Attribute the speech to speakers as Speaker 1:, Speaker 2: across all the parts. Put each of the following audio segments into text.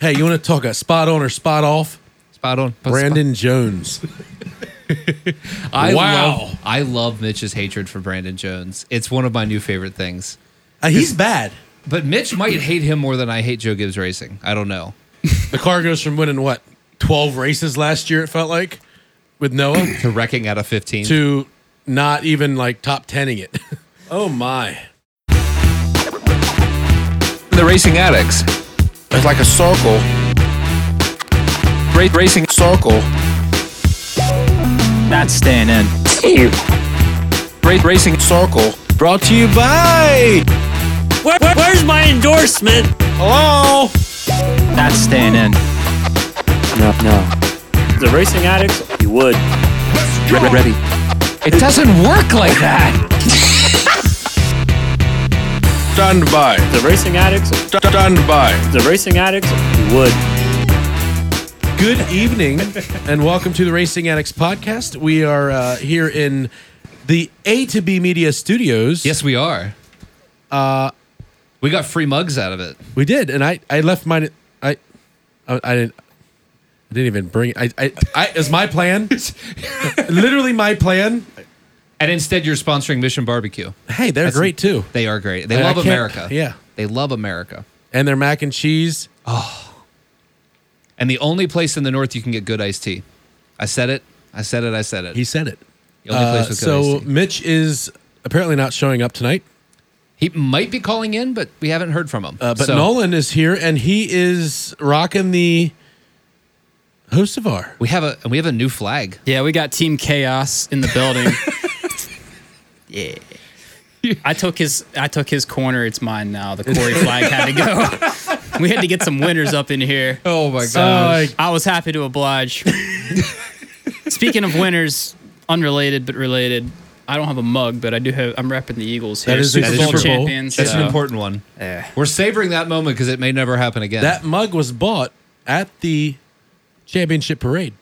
Speaker 1: Hey, you want to talk a spot on or spot off?
Speaker 2: Spot on. Spot-
Speaker 1: Brandon Jones.
Speaker 2: I
Speaker 1: Wow.
Speaker 2: Love, I love Mitch's hatred for Brandon Jones. It's one of my new favorite things.
Speaker 1: Uh, he's bad.
Speaker 2: But Mitch might hate him more than I hate Joe Gibbs Racing. I don't know.
Speaker 1: The car goes from winning what twelve races last year. It felt like with Noah
Speaker 2: To wrecking out of 15.
Speaker 1: to not even like top tenning it. oh my!
Speaker 2: the Racing Addicts.
Speaker 3: It's like a circle.
Speaker 2: Ra- racing.
Speaker 3: Circle.
Speaker 4: That's staying in.
Speaker 2: Ra- racing.
Speaker 3: Circle.
Speaker 4: Brought to you by.
Speaker 5: Where, where- where's my endorsement?
Speaker 3: Hello.
Speaker 4: That's staying in.
Speaker 5: The racing addicts, you would.
Speaker 2: It doesn't work like that.
Speaker 3: Stand by.
Speaker 5: The racing addicts,
Speaker 3: Stand by.
Speaker 5: the racing addicts, you would.
Speaker 1: Good evening, and welcome to the Racing Addicts podcast. We are uh, here in the A to B Media Studios.
Speaker 2: Yes, we are. Uh, we got free mugs out of it.
Speaker 1: we did, and I I left mine. at- I I, I didn't. I didn't even bring it. I, I, I, is my plan. Literally my plan.
Speaker 2: And instead, you're sponsoring Mission Barbecue.
Speaker 1: Hey, they're great too.
Speaker 2: They are great. They
Speaker 1: I- I
Speaker 2: love
Speaker 1: can't-
Speaker 2: America.
Speaker 1: yeah.
Speaker 2: They love America.
Speaker 1: And their mac and cheese.
Speaker 2: And the only place in the North you can get good iced tea. I said it. I said it. I said it.
Speaker 1: He said it.
Speaker 2: the only place
Speaker 1: Uh,
Speaker 2: with good
Speaker 1: so
Speaker 2: iced tea.
Speaker 1: Mitch is apparently not showing up tonight,
Speaker 2: He might be calling in, but we haven't heard from him.
Speaker 1: uh, but
Speaker 2: So,
Speaker 1: Nolan is here and he is rocking the Hostivar.
Speaker 2: We have a and we have a new flag.
Speaker 6: Yeah, we got Team Chaos in the building. yeah. I took his I took his corner. It's mine now. The Corey flag had to go. we had to get some winners up in here.
Speaker 2: Oh my gosh.
Speaker 6: I was happy to oblige. Speaking of winners, unrelated but related. I don't have a mug, but I do have. I'm repping the Eagles here.
Speaker 1: That is a
Speaker 6: Super
Speaker 2: Super
Speaker 6: Bowl
Speaker 2: Bowl.
Speaker 6: champions.
Speaker 2: That's an
Speaker 6: so-
Speaker 2: important one. We're savoring that moment because it may never happen again.
Speaker 1: That mug was bought at the championship parade.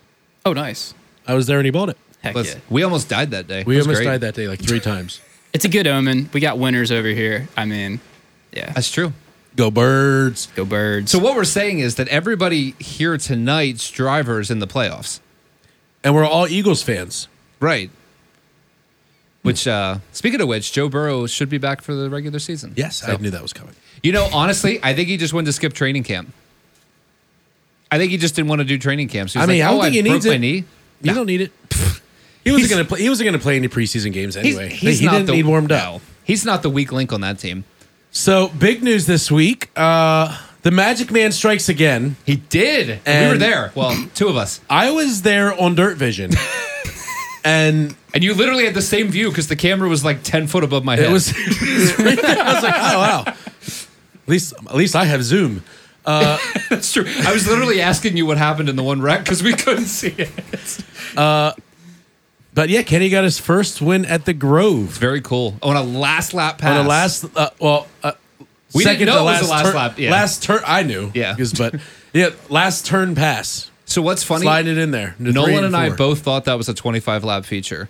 Speaker 6: Oh, nice.
Speaker 1: I was there and he bought it.
Speaker 6: Heck
Speaker 2: Listen,
Speaker 6: yeah.
Speaker 2: We almost died that day.
Speaker 1: We
Speaker 2: It was
Speaker 1: almost
Speaker 2: great.
Speaker 1: died that day like three times.
Speaker 6: It's a good omen. We got winners over here. I mean, yeah.
Speaker 2: That's true.
Speaker 1: Go birds.
Speaker 6: Go birds.
Speaker 2: So what we're saying is that everybody here tonight's drivers in the playoffs,
Speaker 1: And we're all Eagles fans.
Speaker 2: right? Which, uh, speaking of which, Joe Burrow should be back for the regular season.
Speaker 1: Yes, I
Speaker 2: So-
Speaker 1: knew that was coming.
Speaker 2: You know, honestly, I think he just wanted to skip training camp. I think he just didn't want to do training camps. He was
Speaker 1: I mean,
Speaker 2: like,
Speaker 1: I don't
Speaker 2: "Oh,
Speaker 1: think he
Speaker 2: broke
Speaker 1: needs
Speaker 2: my
Speaker 1: it."
Speaker 2: knee."
Speaker 1: You
Speaker 2: Nah.
Speaker 1: don't need it. He wasn't going to play. He wasn't going to play any preseason games
Speaker 2: He's,
Speaker 1: anyway.
Speaker 2: he's
Speaker 1: he
Speaker 2: not
Speaker 1: didn't
Speaker 2: the,
Speaker 1: need warmed
Speaker 2: no.
Speaker 1: up.
Speaker 2: He's not the weak link on that team.
Speaker 1: So big news this week: uh, the Magic Man strikes again.
Speaker 2: He did. we were
Speaker 1: And-
Speaker 2: there. Well, two of us.
Speaker 1: I was there on Dirt Vision, and
Speaker 2: And you literally had the same view because the camera was like 10 foot above my head.
Speaker 1: it was. I was like, oh wow. At least, at least I have Zoom.
Speaker 2: That's true. I was literally asking you what happened in the one wreck because we couldn't see it.
Speaker 1: But yeah, Kenny got his first win at the Grove
Speaker 2: Very cool. On a last lap pass.
Speaker 1: on the last. Uh, well, uh,
Speaker 2: We didn't
Speaker 1: second
Speaker 2: know
Speaker 1: to
Speaker 2: it was the last
Speaker 1: turn-
Speaker 2: lap, yeah.
Speaker 1: Last turn, I knew.
Speaker 2: Yeah.
Speaker 1: 'cause- but yeah, last turn pass.
Speaker 2: So what's funny?
Speaker 1: Slide it in there. The three
Speaker 2: Nolan and I
Speaker 1: four.
Speaker 2: both thought that was a 25 lap feature.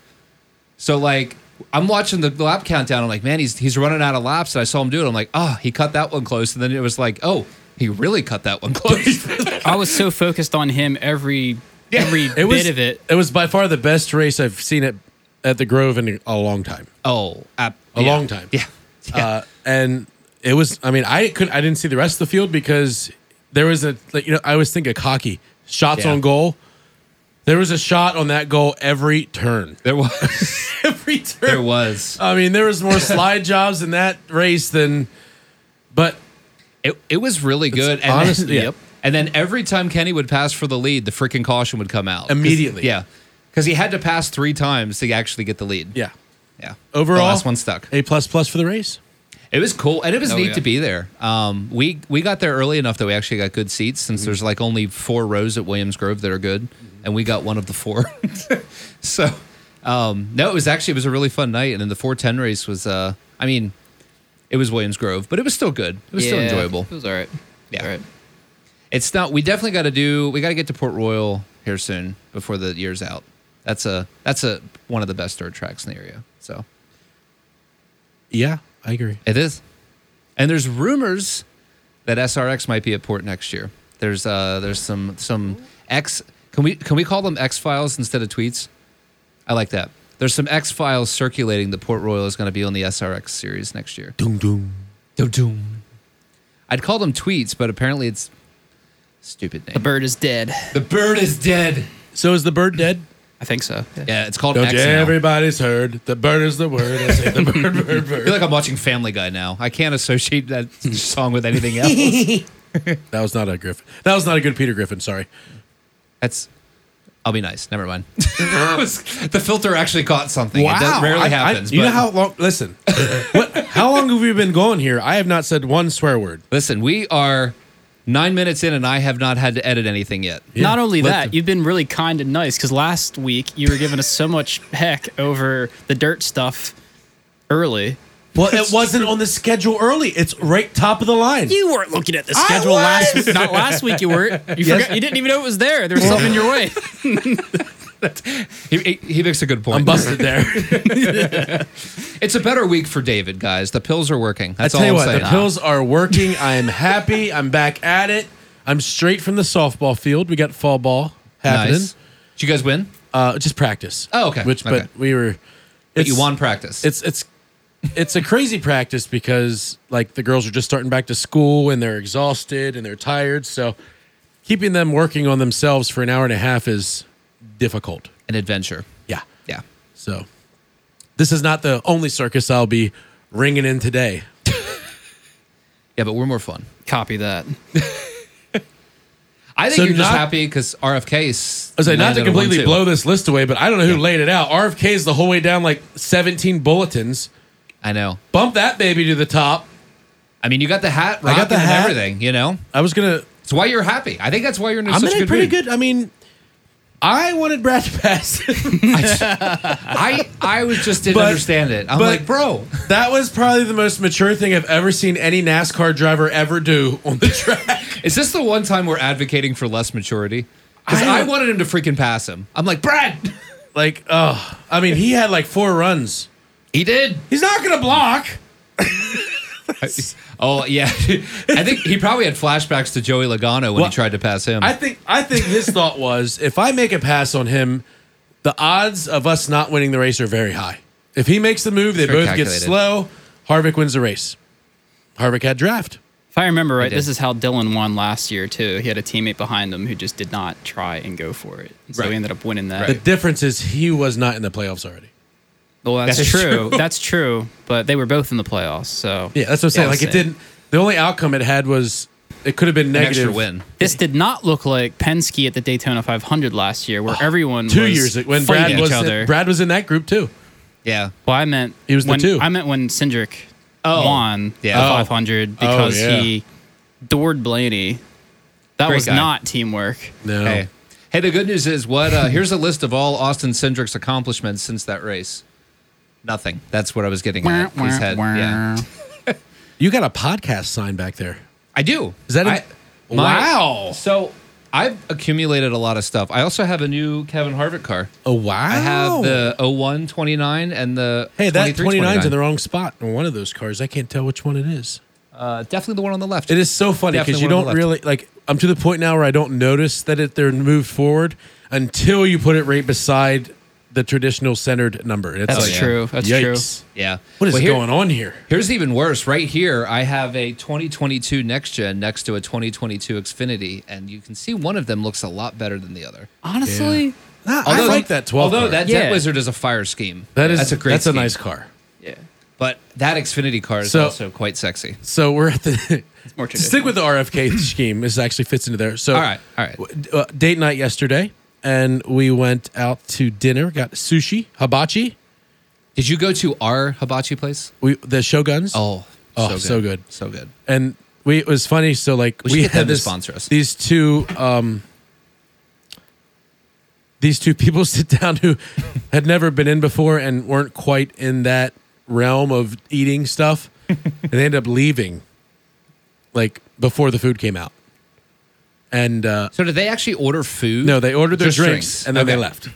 Speaker 2: So like I'm watching the lap countdown. I'm like, man, he's he's running out of laps. And I saw him do it. I'm like, oh, he cut that one close. And then it was like, oh, he really cut that one close.
Speaker 6: I was so focused on him every every
Speaker 1: It
Speaker 6: bit
Speaker 1: was,
Speaker 6: of it.
Speaker 1: was by far the best race I've seen at at the Grove in a long time.
Speaker 2: oh, ap-
Speaker 1: A
Speaker 2: yeah.
Speaker 1: long time.
Speaker 2: Yeah. Yeah.
Speaker 1: Uh, and it was. I mean, I could. I didn't see the rest of the field because there was a like you know I always think of cocky shots
Speaker 2: Yeah.
Speaker 1: on goal. There was a shot on that goal every turn.
Speaker 2: there was.
Speaker 1: Every turn.
Speaker 2: There was.
Speaker 1: I mean, there was more slide jobs in that race than. But
Speaker 2: It, it was really good. And
Speaker 1: honest-
Speaker 2: then,
Speaker 1: yeah.
Speaker 2: yep. And then every time Kenny would pass for the lead, the freaking caution would come out 'Cause-
Speaker 1: Immediately.
Speaker 2: Yeah, because he had to pass three times to actually get the lead.
Speaker 1: yeah,
Speaker 2: yeah.
Speaker 1: overall,
Speaker 2: the last one stuck.
Speaker 1: A plus plus for the race.
Speaker 2: It was cool, and it was
Speaker 6: Oh,
Speaker 2: neat
Speaker 6: yeah.
Speaker 2: to be there. Um, we we got there early enough that we actually got good seats, since
Speaker 6: Mhm.
Speaker 2: there's like only four rows at Williams Grove that are good, and we got one of the four. so, um, no, it was actually it was a really fun night, and then the four ten race was, uh, I mean, it was Williams Grove, but it was still good. It was still
Speaker 6: Yeah,
Speaker 2: enjoyable.
Speaker 6: It was all right.
Speaker 2: Yeah.
Speaker 6: All right.
Speaker 2: It's not. We definitely got to do. We got to get to Port Royal here soon before the year's out. That's a that's a one of the best dirt tracks in the area. So
Speaker 1: Yeah, I agree.
Speaker 2: it is. And there's rumors that SRX might be at Port next year. There's uh there's some some X can we can we call them X files instead of tweets? I like that. There's some X files circulating that Port Royal is going to be on the SRX series next year.
Speaker 1: Doom doom.
Speaker 2: Doom. I'd call them tweets, but apparently it's stupid name.
Speaker 6: The bird is dead.
Speaker 2: The bird is dead.
Speaker 1: So is the bird dead?
Speaker 6: I think so. Yeah.
Speaker 2: Yeah, it's called
Speaker 1: Don't
Speaker 2: X.
Speaker 1: you-
Speaker 2: now.
Speaker 1: everybody's heard. The bird is the word. I say the bird, bird,
Speaker 2: I
Speaker 1: bird.
Speaker 2: feel like I'm watching Family Guy now. I can't associate that song with anything else.
Speaker 1: That was not a Griffin. That was not a good Peter Griffin. Sorry.
Speaker 2: That's. I'll be nice. Never mind. the filter actually caught something. It does-
Speaker 1: I-
Speaker 2: rarely
Speaker 1: I-
Speaker 2: happens.
Speaker 1: you know
Speaker 2: but-
Speaker 1: how long? Listen, what, how long have we been going here? I have not said one swear word.
Speaker 2: Listen, we are nine minutes in, and I have not had to edit anything yet.
Speaker 6: Not only
Speaker 1: Let
Speaker 6: that,
Speaker 1: them-
Speaker 6: you've been really kind and nice because last week you were giving us so much heck over the dirt stuff early.
Speaker 1: Well, it wasn't on the schedule early. It's right top of the line.
Speaker 6: You weren't looking at the schedule last not last week. You weren't. You, forgot, you didn't even know it was there. There was something in your way.
Speaker 2: He, he, he makes a good point.
Speaker 1: I'm busted there.
Speaker 2: It's a better week for David, guys. The pills are working.
Speaker 1: I
Speaker 2: That's
Speaker 1: tell you
Speaker 2: all
Speaker 1: what,
Speaker 2: I'm
Speaker 1: the
Speaker 2: saying.
Speaker 1: pills are working. I am happy. I'm back at it. I'm straight from the softball field. We got fall ball happening.
Speaker 2: Nice. Did you guys win?
Speaker 1: Uh, just practice.
Speaker 2: Oh, okay.
Speaker 1: Which,
Speaker 2: Okay.
Speaker 1: but we were.
Speaker 2: But you
Speaker 1: it's-
Speaker 2: won practice.
Speaker 1: it's it's it's a crazy practice because like the girls are just starting back to school and they're exhausted and they're tired so keeping them working on themselves for an hour and a half is difficult
Speaker 2: an adventure.
Speaker 1: yeah
Speaker 2: Yeah.
Speaker 1: so this is not the only circus i'll be ringing in today
Speaker 2: Yeah, but we're more fun.
Speaker 6: Copy that.
Speaker 2: I think
Speaker 1: So
Speaker 2: you're just
Speaker 1: not-
Speaker 2: happy because RFK is.
Speaker 1: I was like, not to
Speaker 2: landed on one,
Speaker 1: completely
Speaker 2: too.
Speaker 1: blow this list away, but I don't know who laid it out. RFK is the whole way down like 17 bulletins.
Speaker 2: I know.
Speaker 1: Bump that baby to the top.
Speaker 2: I mean, you got the hat.
Speaker 1: I got the
Speaker 2: rocking and
Speaker 1: hat.
Speaker 2: Everything. You know.
Speaker 1: I was going to
Speaker 2: It's why you're happy. I think that's why you're in
Speaker 1: I'm
Speaker 2: such
Speaker 1: in
Speaker 2: a
Speaker 1: it
Speaker 2: good
Speaker 1: pretty
Speaker 2: mood.
Speaker 1: good. I mean, I wanted Brad to pass.
Speaker 2: I I was just didn't
Speaker 1: But-
Speaker 2: understand it. I'm
Speaker 1: but-
Speaker 2: like, bro,
Speaker 1: That was probably the most mature thing I've ever seen any NASCAR driver ever do on the track.
Speaker 2: is this the one time we're advocating for less maturity? Because
Speaker 1: I
Speaker 2: I,
Speaker 1: don't-
Speaker 2: wanted him to freaking pass him. I'm like, Brad,
Speaker 1: like, oh, I mean, he had like four runs.
Speaker 2: he did.
Speaker 1: He's not going to block.
Speaker 2: Oh yeah, I think he probably had flashbacks to Joey Logano when
Speaker 1: Well,
Speaker 2: he tried to pass him.
Speaker 1: I think. I think his thought was, if I make a pass on him, the odds of us not winning the race are very high. If he makes the move, they
Speaker 2: Sure
Speaker 1: both get
Speaker 2: calculated.
Speaker 1: slow. Harvick wins the race. Harvick had draft.
Speaker 6: If I remember right,
Speaker 2: did.
Speaker 6: this is how Dylan won last year too. He had a teammate behind him who just did not try and go for it, And so
Speaker 2: Right.
Speaker 6: he ended up winning that.
Speaker 1: The difference is he was not in the playoffs already.
Speaker 6: Well, that's,
Speaker 2: That's
Speaker 6: true.
Speaker 2: true.
Speaker 6: That's true. But they were both in the playoffs, so
Speaker 1: Yeah, that's what I'm saying. like it didn't. The only outcome it had was it could have been
Speaker 2: an
Speaker 1: negative.
Speaker 2: extra win.
Speaker 6: This did not look like Penske at the Daytona 500 last year, where everyone
Speaker 1: Oh, two years
Speaker 6: was
Speaker 1: when
Speaker 6: fighting
Speaker 1: Brad
Speaker 6: each
Speaker 1: was
Speaker 6: other.
Speaker 1: in, Brad was in that group too.
Speaker 2: Yeah,
Speaker 6: well, I meant
Speaker 1: He was the
Speaker 6: when,
Speaker 1: two.
Speaker 6: I meant when Cindric won
Speaker 2: yeah.
Speaker 6: the
Speaker 2: Oh.
Speaker 6: 500 because
Speaker 1: yeah.
Speaker 6: he doored Blaney. That
Speaker 2: Great
Speaker 6: was
Speaker 2: guy.
Speaker 6: not teamwork.
Speaker 1: No,
Speaker 2: Hey. Hey, the good news is what? Uh, here's a list of all Austin Cindric's accomplishments since that race. Nothing. That's what I was getting at.
Speaker 6: Wah,
Speaker 2: He's had,
Speaker 6: wah,
Speaker 2: yeah.
Speaker 6: wah.
Speaker 1: you got a podcast sign back there.
Speaker 2: I do.
Speaker 1: Is that a-
Speaker 2: I-
Speaker 1: Wow.
Speaker 2: So I've accumulated a lot of stuff. I also have a new Kevin Harvick car.
Speaker 1: Oh wow!
Speaker 2: I have the 01 29 and the
Speaker 1: hey that
Speaker 2: 23
Speaker 1: 29's in the wrong spot on one of those cars. I can't tell which one it is.
Speaker 2: uh, definitely the one on the left.
Speaker 1: It is so funny because
Speaker 2: Definitely
Speaker 1: you
Speaker 2: one on
Speaker 1: don't
Speaker 2: the left.
Speaker 1: really like. I'm to the point now where I don't notice that it, they're moved forward until you put it right beside the traditional centered number. It's
Speaker 6: That's
Speaker 2: yeah.
Speaker 6: true. That's
Speaker 1: yikes.
Speaker 2: Yeah.
Speaker 1: What is
Speaker 2: Well, here-
Speaker 1: going on here?
Speaker 2: Here's even worse. Right here, I have a 2022 next gen next to a 2022 Xfinity, and you can see one of them looks a lot better than the other.
Speaker 6: true. Honestly,
Speaker 1: Nah, I like that 12.
Speaker 2: Although
Speaker 1: car.
Speaker 2: that
Speaker 6: Yeah.
Speaker 2: Jet Wizard is a fire scheme.
Speaker 1: that is
Speaker 2: that's a great.
Speaker 1: That's
Speaker 2: scheme.
Speaker 1: a nice car.
Speaker 6: yeah,
Speaker 2: But that Xfinity car is
Speaker 1: So-
Speaker 2: also quite sexy.
Speaker 1: So we're at the
Speaker 6: more
Speaker 1: to stick with the RFK scheme. This actually fits into there. So
Speaker 2: All right, all right.
Speaker 1: w- Uh, date night yesterday, and we went out to dinner. Got sushi, hibachi.
Speaker 2: Did you go to our hibachi place?
Speaker 1: We the Shoguns.
Speaker 2: Oh,
Speaker 1: Oh, so good.
Speaker 2: so good.
Speaker 1: and we it was funny. So like
Speaker 2: We should get them to sponsor us.
Speaker 1: These two, um, these two people sit down who had never been in before and weren't quite in that realm of eating stuff, and they end up leaving, like before the food came out, and uh,
Speaker 2: So did they actually order food?
Speaker 1: no, they ordered their
Speaker 2: Just
Speaker 1: drinks, and then they
Speaker 2: Okay.
Speaker 1: left.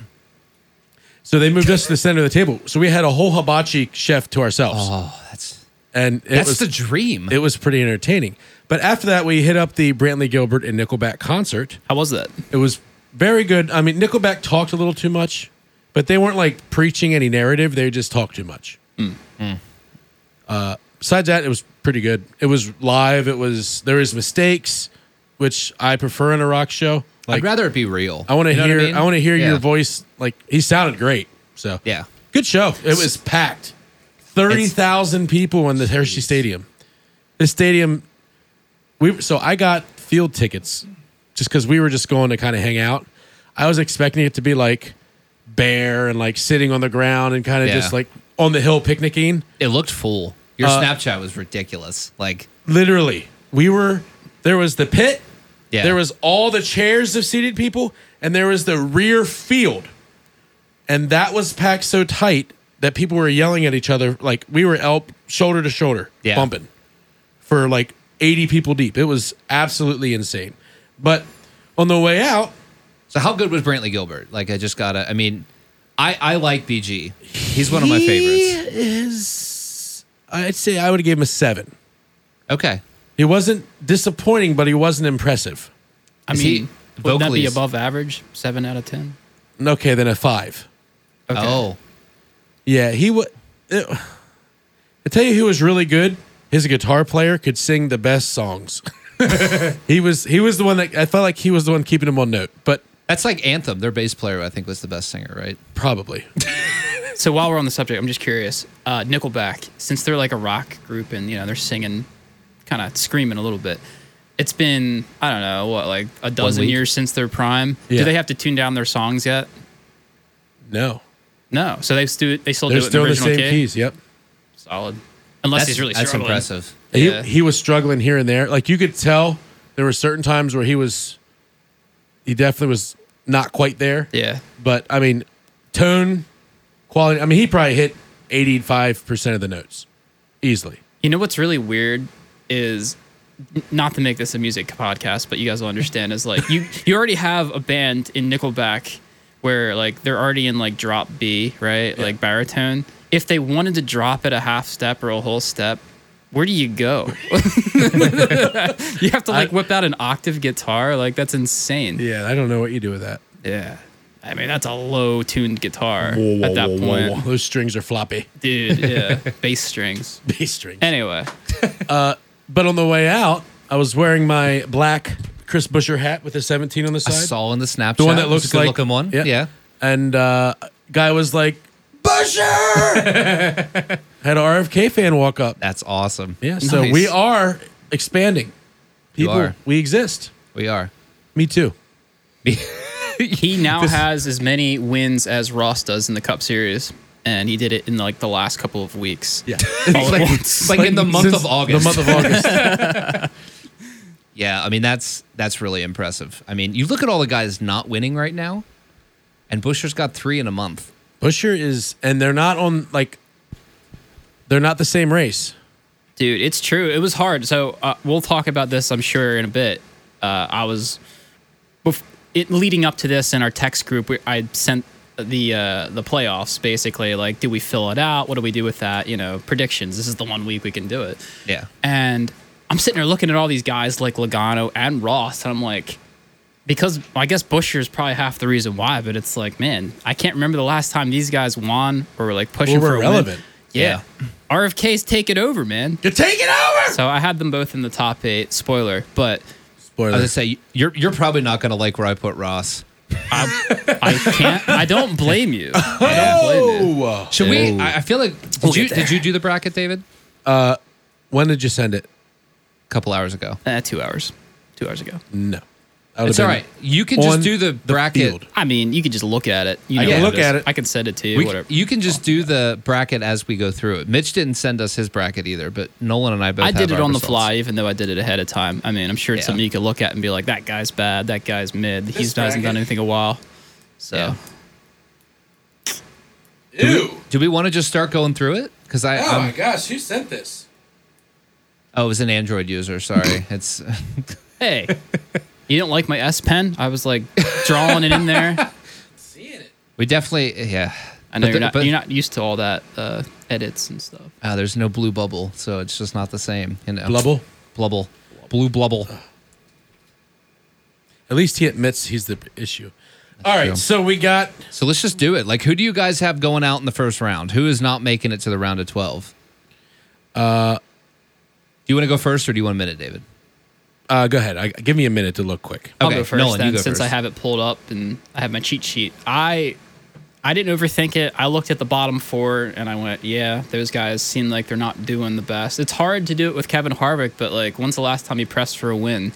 Speaker 1: So they moved us to the center of the table. So we had a whole hibachi chef to ourselves
Speaker 2: Oh, that's
Speaker 1: and it
Speaker 2: That's
Speaker 1: was
Speaker 2: the dream.
Speaker 1: it was pretty entertaining. But after that, we hit up the Brantley Gilbert and Nickelback concert.
Speaker 6: How was that?
Speaker 1: It was very good. I mean, Nickelback talked a little too much, but they weren't like preaching any narrative. They just talked too much.
Speaker 2: Mm.
Speaker 1: Uh, besides that, it was pretty good. It was live. It was there is mistakes, which I prefer in a rock show. Like
Speaker 2: I'd rather it be real.
Speaker 1: I want to
Speaker 2: You know what
Speaker 1: hear. I,
Speaker 2: mean?
Speaker 1: want to hear
Speaker 2: Yeah.
Speaker 1: your voice. Like he sounded great. So
Speaker 2: Yeah.
Speaker 1: good show. It was packed. Thirty thousand people in the Hershey Stadium. This stadium, we so I got field tickets just because we were just going to kind of hang out. I was expecting it to be like bare and like sitting on the ground and kind of
Speaker 2: Yeah.
Speaker 1: just like on the hill picnicking.
Speaker 2: It looked full. Your
Speaker 1: Uh,
Speaker 2: Snapchat was ridiculous. Like,
Speaker 1: Literally, we were. There was the pit.
Speaker 2: yeah,
Speaker 1: There was all the chairs of seated people, and there was the rear field. And that was packed so tight that people were yelling at each other. Like we were el- shoulder to shoulder,
Speaker 2: Yeah.
Speaker 1: bumping for like 80 people deep. It was absolutely insane. But on the way out,
Speaker 2: So how good was Brantley Gilbert? Like, I just gotta. I mean, I I like BG. He's one of my favorites.
Speaker 1: He is, I'd say I would give him a seven.
Speaker 2: Okay.
Speaker 1: He wasn't disappointing, but he wasn't impressive.
Speaker 6: I
Speaker 2: Is he
Speaker 6: mean, would that be
Speaker 2: vocalese?
Speaker 6: above average? Seven out of ten.
Speaker 1: Okay, then a five.
Speaker 6: Okay.
Speaker 2: Oh,
Speaker 1: Yeah, he would. I tell you, who was really good. His guitar player could sing the best songs. he was he was the one that I felt like he was the one keeping him on note, but
Speaker 2: that's like Anthem. Their bass player, I think, was the best singer, right?
Speaker 1: probably
Speaker 6: So while we're on the subject, I'm just curious. Uh, Nickelback, since they're like a rock group and you know they're singing, kind of screaming a little bit. It's been I don't know what like a dozen
Speaker 2: week?
Speaker 6: years since their prime.
Speaker 1: Yeah.
Speaker 6: Do they have to tune down their songs yet?
Speaker 1: no.
Speaker 6: No. So they still they still
Speaker 1: They're
Speaker 6: do it
Speaker 1: still
Speaker 6: in
Speaker 1: the
Speaker 6: original
Speaker 1: same
Speaker 6: key?
Speaker 1: keys. Yep.
Speaker 6: Solid. Unless
Speaker 2: that's
Speaker 6: he's really
Speaker 2: that's
Speaker 6: struggling.
Speaker 2: impressive.
Speaker 6: Yeah.
Speaker 1: He he was struggling here and there. Like you could tell, there were certain times where he was. He definitely was not quite there.
Speaker 6: Yeah.
Speaker 1: But I mean, tone, quality. I mean, he probably hit eighty five percent of the notes, easily.
Speaker 6: You know what's really weird is n- not to make this a music podcast, but you guys will understand is like you you already have a band in Nickelback where like they're already in like drop B, right? Like baritone. If they wanted to drop it a half step or a whole step, where do you go? you have to like whip out an octave guitar. Like that's insane.
Speaker 1: Yeah, I don't know what you do with that.
Speaker 6: Yeah. I mean, that's a low tuned guitar at that point.
Speaker 1: Those strings are floppy.
Speaker 6: Dude, yeah. Bass strings.
Speaker 1: Bass strings.
Speaker 6: Anyway,
Speaker 1: But on the way out, I was wearing my black Chris Busher hat with a 17 on the
Speaker 2: I
Speaker 1: side.
Speaker 2: saw in the Snapchat.
Speaker 1: the one that
Speaker 2: It was a
Speaker 1: looks
Speaker 2: good
Speaker 1: like
Speaker 2: looking one. Yeah.
Speaker 1: And uh, guy was like, Busher! Had an RFK fan walk up.
Speaker 2: That's awesome.
Speaker 1: Yeah. So
Speaker 6: Nice.
Speaker 1: we are expanding.
Speaker 2: You
Speaker 1: People,
Speaker 2: are.
Speaker 1: we exist.
Speaker 2: We are.
Speaker 1: Me too.
Speaker 6: he now has as many wins as Ross does in the Cup Series, and he did it in like the last couple of weeks.
Speaker 1: Yeah.
Speaker 2: It's like, it's like in the month
Speaker 1: Since
Speaker 2: of August.
Speaker 1: The month of August.
Speaker 2: Yeah, I mean that's that's really impressive. I mean, you look at all the guys not winning right now, and Busher's got three in a month.
Speaker 1: Busher is, and they're not on, like, they're not the same race.
Speaker 6: Dude, it's true. It was hard. So uh, we'll talk about this, I'm sure, in a bit. Uh, I was bef- it, leading up to this in our text group. We, I sent the uh, the playoffs basically like, do we fill it out? What do we do with that? You know, predictions. This is the one week we can do it.
Speaker 2: Yeah.
Speaker 6: And I'm sitting there looking at all these guys like Logano and Ross, and I'm like, because I guess Busher is probably half the reason why, but it's like, man, I can't remember the last time these guys won or were like pushing
Speaker 1: Well, we're
Speaker 6: for a win.
Speaker 1: relevant.
Speaker 6: Yeah. RFK's take it over, man.
Speaker 1: You're taking over!
Speaker 6: So I had them both in the top eight. Spoiler, but
Speaker 2: I was
Speaker 1: Spoiler.
Speaker 2: gonna say you're you're probably not gonna like where I put Ross.
Speaker 6: I, I can't. I don't blame you. I don't blame you.
Speaker 1: Oh,
Speaker 2: Should we? I, I feel like did
Speaker 6: We'll
Speaker 2: you
Speaker 6: get there.
Speaker 2: did you do the bracket, David?
Speaker 1: when did you send it?
Speaker 2: A couple hours ago.
Speaker 6: Eh, two hours. Two hours ago.
Speaker 1: No. I would've
Speaker 2: It's all
Speaker 1: been-
Speaker 2: right. You can
Speaker 1: on
Speaker 2: just do the
Speaker 1: the
Speaker 2: bracket.
Speaker 1: field.
Speaker 6: I mean, you could just look at it. You
Speaker 2: I
Speaker 6: know
Speaker 2: can
Speaker 6: what
Speaker 1: look
Speaker 6: is.
Speaker 1: at it.
Speaker 6: I can send it to you.
Speaker 2: We-
Speaker 6: whatever.
Speaker 2: you can just do the bracket as we go through it. Mitch didn't send us his bracket either, but Nolan and I both.
Speaker 6: I did
Speaker 2: have
Speaker 6: it
Speaker 2: our
Speaker 6: on the
Speaker 2: results.
Speaker 6: fly, even though I did it ahead of time. I mean, I'm sure it's
Speaker 2: Yeah.
Speaker 6: something you could look at and be like, "That guy's bad. That guy's mid. He's hasn't done
Speaker 1: bracket.
Speaker 6: anything a while." So
Speaker 2: Yeah. Do we want to just start going through it? Because I I'm-
Speaker 1: Oh gosh, who sent this?
Speaker 2: oh, it was an Android user. Sorry, it's
Speaker 6: hey, you didn't like my S Pen? I was like drawing it in there.
Speaker 1: Seeing it.
Speaker 2: we definitely yeah.
Speaker 6: I I know
Speaker 2: But
Speaker 6: you're
Speaker 2: the-
Speaker 6: not
Speaker 2: but-
Speaker 6: you're not used to all that uh, edits and stuff.
Speaker 2: Ah, there's no blue bubble, so it's just not the same. You know,
Speaker 1: Blubble.
Speaker 2: blubble, blue blubble.
Speaker 1: At least he admits he's the issue. All right,
Speaker 2: true.
Speaker 1: so we got
Speaker 2: So let's just do it. Like, who do you guys have going out in the first round? Who is not making it to the round of twelve? Uh, do you want to go first, or do you want a minute, David?
Speaker 1: uh go ahead. I, give me a minute to look quick.
Speaker 6: I'll
Speaker 2: Okay,
Speaker 6: go first
Speaker 2: Nolan, you
Speaker 6: then,
Speaker 2: go
Speaker 6: since I
Speaker 2: first.
Speaker 6: have it pulled up and I have my cheat sheet. I I didn't overthink it. I looked at the bottom four and I went, yeah, those guys seem like they're not doing the best. It's hard to do it with Kevin Harvick, but like, when's the last time he pressed for a win?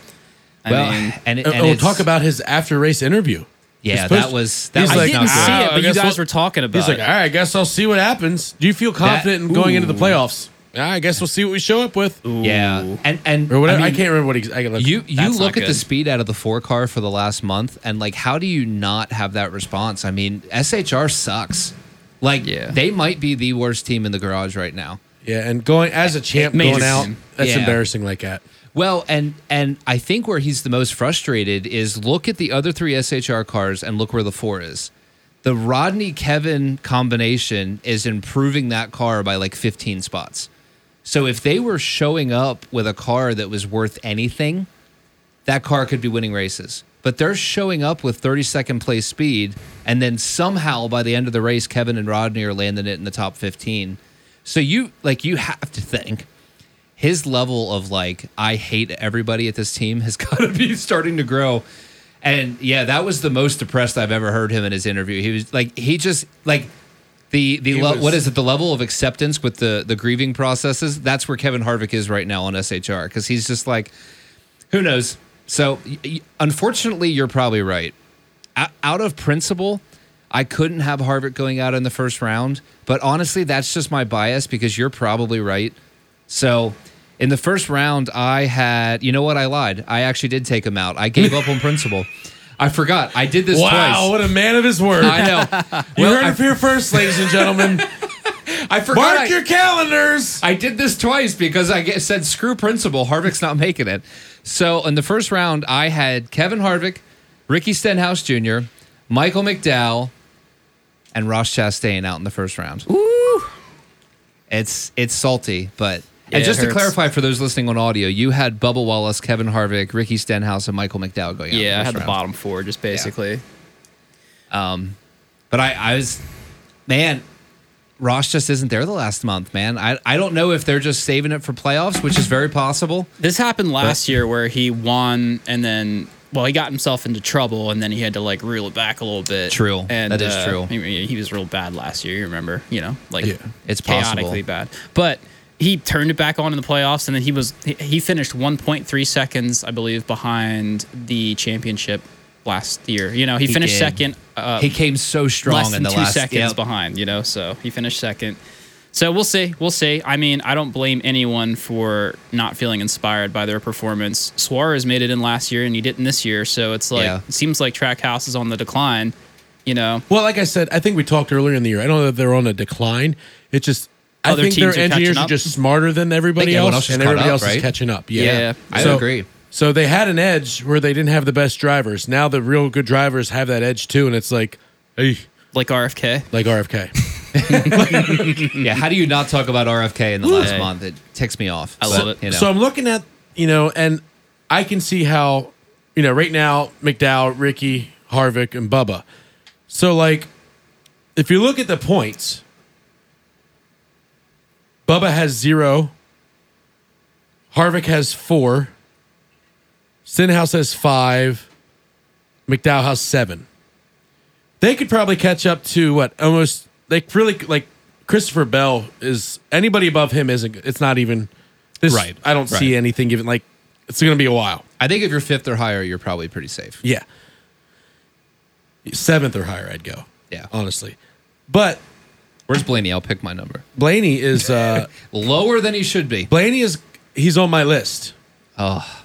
Speaker 6: I
Speaker 2: well,
Speaker 6: mean,
Speaker 2: and, it,
Speaker 1: And,
Speaker 2: and
Speaker 1: we'll
Speaker 2: it's-
Speaker 1: Uh, oh, talk about his after race interview.
Speaker 2: Yeah,
Speaker 1: He's supposed-
Speaker 2: that was that
Speaker 1: he's
Speaker 2: was
Speaker 6: I
Speaker 1: like,
Speaker 2: not
Speaker 6: didn't
Speaker 2: good.
Speaker 6: see
Speaker 1: "Ah,
Speaker 6: it,
Speaker 1: I
Speaker 6: but you
Speaker 1: guess
Speaker 6: guys
Speaker 1: we'll-"
Speaker 6: were talking about
Speaker 1: He's like,
Speaker 6: it.
Speaker 1: all right, I guess I'll see what happens. Do you feel confident in going into the playoffs? All right, I guess we'll see what we show up with,
Speaker 2: Yeah, and and
Speaker 1: or whatever. I,
Speaker 2: I mean,
Speaker 1: can't remember what he. I can look.
Speaker 2: You you
Speaker 6: That's not
Speaker 2: look at the
Speaker 6: good.
Speaker 2: speed out of the four car for the last month, and like, how do you not have that response? I mean, SHR sucks. Like,
Speaker 6: Yeah.
Speaker 2: they might be the worst team in the garage right now.
Speaker 1: yeah, and going as a champ
Speaker 6: made
Speaker 1: going
Speaker 6: it
Speaker 1: out.
Speaker 6: seem-
Speaker 1: That's
Speaker 2: yeah.
Speaker 1: embarrassing, like that.
Speaker 2: Well, and and I think where he's the most frustrated is look at the other three SHR cars and look where the four is. The Rodney Kevin combination is improving that car by like 15 spots. So if they were showing up with a car that was worth anything, that car could be winning races. But they're showing up with 32nd place speed, and then somehow by the end of the race, Kevin and Rodney are landing it in the top 15. So you like you have to think his level of like I hate everybody at this team has got to be starting to grow. And yeah, that was the most depressed I've ever heard him in his interview. He was like he just like the the
Speaker 1: He
Speaker 2: le-
Speaker 1: was-
Speaker 2: what is it the level of acceptance with the the grieving processes? That's where Kevin Harvick is right now on SHR because he's just like who knows. So y- y- unfortunately, you're probably right. O- Out of principle, I couldn't have Harvick going out in the first round. But honestly, that's just my bias because you're probably right. So in the first round, I had, you know what? I lied. I actually did take him out. I gave up on principle. I forgot. I did this
Speaker 1: Wow,
Speaker 2: twice.
Speaker 1: what a man of his word.
Speaker 2: I know.
Speaker 1: you
Speaker 2: Well,
Speaker 1: heard
Speaker 2: I-
Speaker 1: it here first, ladies and gentlemen.
Speaker 2: I forgot.
Speaker 1: Mark
Speaker 2: I-
Speaker 1: your calendars.
Speaker 2: I did this twice because I get, said screw principle. Harvick's not making it. So in the first round, I had Kevin Harvick, Ricky Stenhouse Jr., Michael McDowell, and Ross Chastain out in the first round. Ooh, it's it's salty, but
Speaker 6: it
Speaker 2: and just to
Speaker 6: hurts.
Speaker 2: clarify for those listening on audio, you had Bubba Wallace, Kevin Harvick, Ricky Stenhouse, and Michael McDowell going. out in
Speaker 6: yeah, I
Speaker 2: first
Speaker 6: had the
Speaker 2: round.
Speaker 6: bottom four, just basically.
Speaker 2: But I, I was, man, Ross just isn't there the last month, man. I, I don't know if they're just saving it for playoffs, which is very possible.
Speaker 6: This happened last year where he won and then well, he got himself into trouble and then he had to like reel it back a little bit.
Speaker 2: True.
Speaker 6: and
Speaker 2: That is
Speaker 6: uh,
Speaker 2: true.
Speaker 6: I mean, he was real bad last year. You remember? You know, like
Speaker 1: Yeah.
Speaker 2: It's
Speaker 6: chaotically bad. But he turned it back on in the playoffs and then he was he- he finished 1.3 seconds, I believe, behind the championship last year. You know, he,
Speaker 2: He
Speaker 6: finished
Speaker 2: did.
Speaker 6: second. Uh,
Speaker 2: he came so strong
Speaker 6: less
Speaker 2: in
Speaker 6: than
Speaker 2: the
Speaker 6: two
Speaker 2: last
Speaker 6: seconds
Speaker 2: yeah.
Speaker 6: behind, you know. So he finished second. So we'll see. We'll see. I mean, I don't blame anyone for not feeling inspired by their performance. Suarez made it in last year and he didn't this year. So it's like,
Speaker 2: Yeah.
Speaker 6: it seems like Trackhouse is on the decline, you know.
Speaker 1: Well, like I said, I think we talked earlier in the year. I don't know that they're on a decline. It's just I
Speaker 6: Other
Speaker 1: think their
Speaker 6: teams are catching
Speaker 1: engineers are
Speaker 6: up.
Speaker 1: just smarter than everybody
Speaker 2: Think everyone
Speaker 1: else,
Speaker 2: else is
Speaker 1: and
Speaker 2: caught
Speaker 1: everybody
Speaker 2: up,
Speaker 1: else
Speaker 2: right?
Speaker 1: is catching up. Yeah,
Speaker 6: Yeah,
Speaker 2: I agree.
Speaker 1: So they had an edge where they didn't have the best drivers. Now the real good drivers have that edge too, and it's like, hey,
Speaker 6: Like RFK.
Speaker 1: like RFK.
Speaker 2: Yeah, how do you not talk about RFK in the last
Speaker 6: Yeah.
Speaker 2: month? It ticks me off.
Speaker 6: I
Speaker 2: But,
Speaker 6: love it.
Speaker 2: You know,
Speaker 1: So I'm looking at you know, and I can see how you know right now McDowell, Ricky, Harvick, and Bubba. So like, if you look at the points, Bubba has zero. Harvick has four. Sinhouse has five. McDowell has seven. They could probably catch up to what almost they really like Christopher Bell is anybody above him isn't it's not even this
Speaker 2: Right,
Speaker 1: I don't
Speaker 2: right.
Speaker 1: see anything even like it's gonna be a while.
Speaker 2: I think if you're fifth or higher, you're probably pretty safe.
Speaker 1: Yeah. Seventh or higher I'd go.
Speaker 2: Yeah.
Speaker 1: Honestly. But
Speaker 2: Where's Blaney? I'll pick my number.
Speaker 1: Blaney is uh
Speaker 2: Lower than he should be.
Speaker 1: Blaney is he's on my list.
Speaker 2: Oh,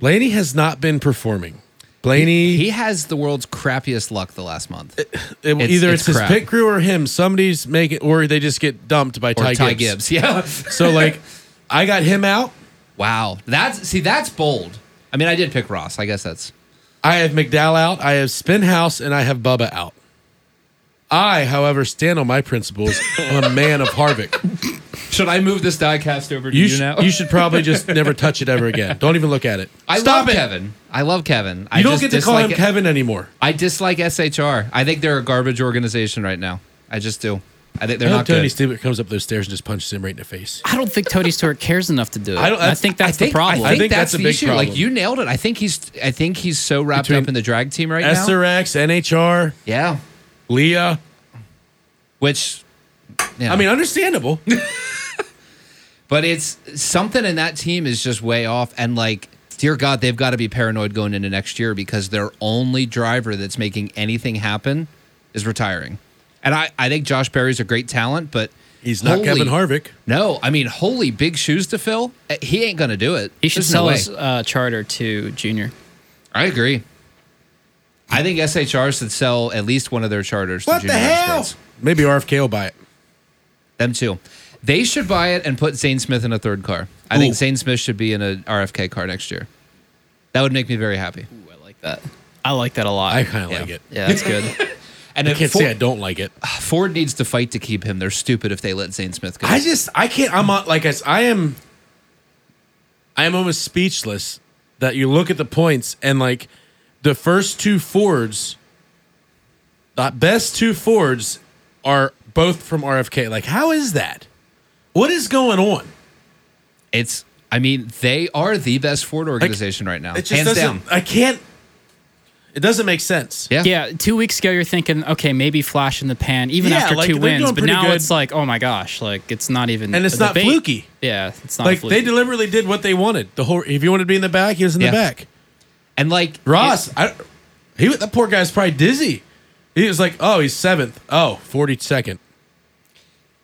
Speaker 1: Blaney has not been performing. Blaney
Speaker 2: he has the world's crappiest luck the last month.
Speaker 1: It-
Speaker 2: It's-
Speaker 1: either
Speaker 2: it's
Speaker 1: it's, his
Speaker 2: crap.
Speaker 1: pit crew or him. Somebody's making, or they just get dumped by
Speaker 2: or
Speaker 1: Ty,
Speaker 2: Ty
Speaker 1: Gibbs.
Speaker 2: Gibbs. Yeah.
Speaker 1: So like, I got him out.
Speaker 2: wow. That's see, that's bold. I mean, I did pick Ross. I guess that's
Speaker 1: I have McDowell out. I have Spinhouse, and I have Bubba out. I, however, stand on my principles. I'm a man of Harvick.
Speaker 2: Should I move this diecast over to you,
Speaker 1: You, sh-
Speaker 2: now?
Speaker 1: you should probably just never touch it ever again. Don't even look at it.
Speaker 2: I
Speaker 1: Stop
Speaker 2: love
Speaker 1: it.
Speaker 2: Kevin. I love Kevin. I
Speaker 1: You don't
Speaker 2: just
Speaker 1: get to call
Speaker 2: dislike
Speaker 1: him
Speaker 2: it.
Speaker 1: Kevin anymore.
Speaker 2: I dislike SHR. I think they're a garbage organization right now. I just do. I think they're
Speaker 1: I hope
Speaker 2: not
Speaker 1: Tony
Speaker 2: good.
Speaker 1: Stewart comes up those stairs and just punches him right in the face.
Speaker 6: I don't think Tony Stewart cares enough to do it.
Speaker 1: I
Speaker 6: I,
Speaker 1: don't-
Speaker 6: think that's
Speaker 2: I think,
Speaker 6: the problem.
Speaker 2: I think,
Speaker 1: I think
Speaker 2: that's,
Speaker 1: that's a
Speaker 2: the
Speaker 1: big
Speaker 2: issue. Like
Speaker 1: problem.
Speaker 2: you nailed it. I think he's. I think he's so wrapped
Speaker 1: Between
Speaker 2: up in the drag team right now.
Speaker 1: SRX, NHR,
Speaker 2: Yeah.
Speaker 1: Leah.
Speaker 2: Which. You know.
Speaker 1: I mean, understandable.
Speaker 2: But it's something in that team is just way off. And like, dear God, they've got to be paranoid going into next year because their only driver that's making anything happen is retiring. And I, I think Josh Berry's a great talent, but
Speaker 1: He's not
Speaker 2: holy-
Speaker 1: Kevin Harvick.
Speaker 2: No, I mean, holy big shoes to fill. Uh, He ain't gonna do it.
Speaker 6: he should
Speaker 2: There's no
Speaker 6: sell
Speaker 2: way.
Speaker 6: his uh, charter to Junior.
Speaker 2: I agree. I think SHR should sell at least one of their charters. to Junior Experts.
Speaker 1: Maybe RFK will buy it.
Speaker 2: Them too. They should buy it and put Zane Smith in a third car. I think
Speaker 1: Ooh.
Speaker 2: Zane Smith should be in a RFK car next year. That would make me very happy.
Speaker 6: Ooh, I like that. I like that a lot.
Speaker 1: I kind of like it.
Speaker 6: yeah, that's good.
Speaker 2: And
Speaker 1: I
Speaker 2: if
Speaker 1: can't
Speaker 2: Ford,
Speaker 1: say I don't like it.
Speaker 2: Ford needs to fight to keep him. They're stupid if they let Zane Smith go.
Speaker 1: I just I can't. I'm on like I, s- I am. I am almost speechless that you look at the points and like the first two Fords, the best two Fords, are both from RFK. Like, how is that? What is going on?
Speaker 2: it's. I mean, they are the best Ford organization right now,
Speaker 1: It just
Speaker 2: hands
Speaker 1: doesn't.
Speaker 2: down.
Speaker 1: I can't. It doesn't make sense.
Speaker 2: Yeah.
Speaker 6: Yeah, two weeks ago you're thinking, okay, maybe flash in the pan, even
Speaker 1: Yeah,
Speaker 6: after
Speaker 1: like,
Speaker 6: two
Speaker 1: they're
Speaker 6: wins.
Speaker 1: doing
Speaker 6: But
Speaker 1: pretty
Speaker 6: now
Speaker 1: good.
Speaker 6: it's like, oh my gosh, like it's not even
Speaker 1: And it's
Speaker 6: a
Speaker 1: not
Speaker 6: debate.
Speaker 1: fluky.
Speaker 6: Yeah, it's not
Speaker 1: Like
Speaker 6: fluky.
Speaker 1: they deliberately did what they wanted. The whole if you wanted to be in the back, he was in
Speaker 2: Yeah.
Speaker 1: the back.
Speaker 2: And like
Speaker 1: Ross, I, he was- that poor guy's probably dizzy. He was like, oh, he's seventh. Oh, 42nd.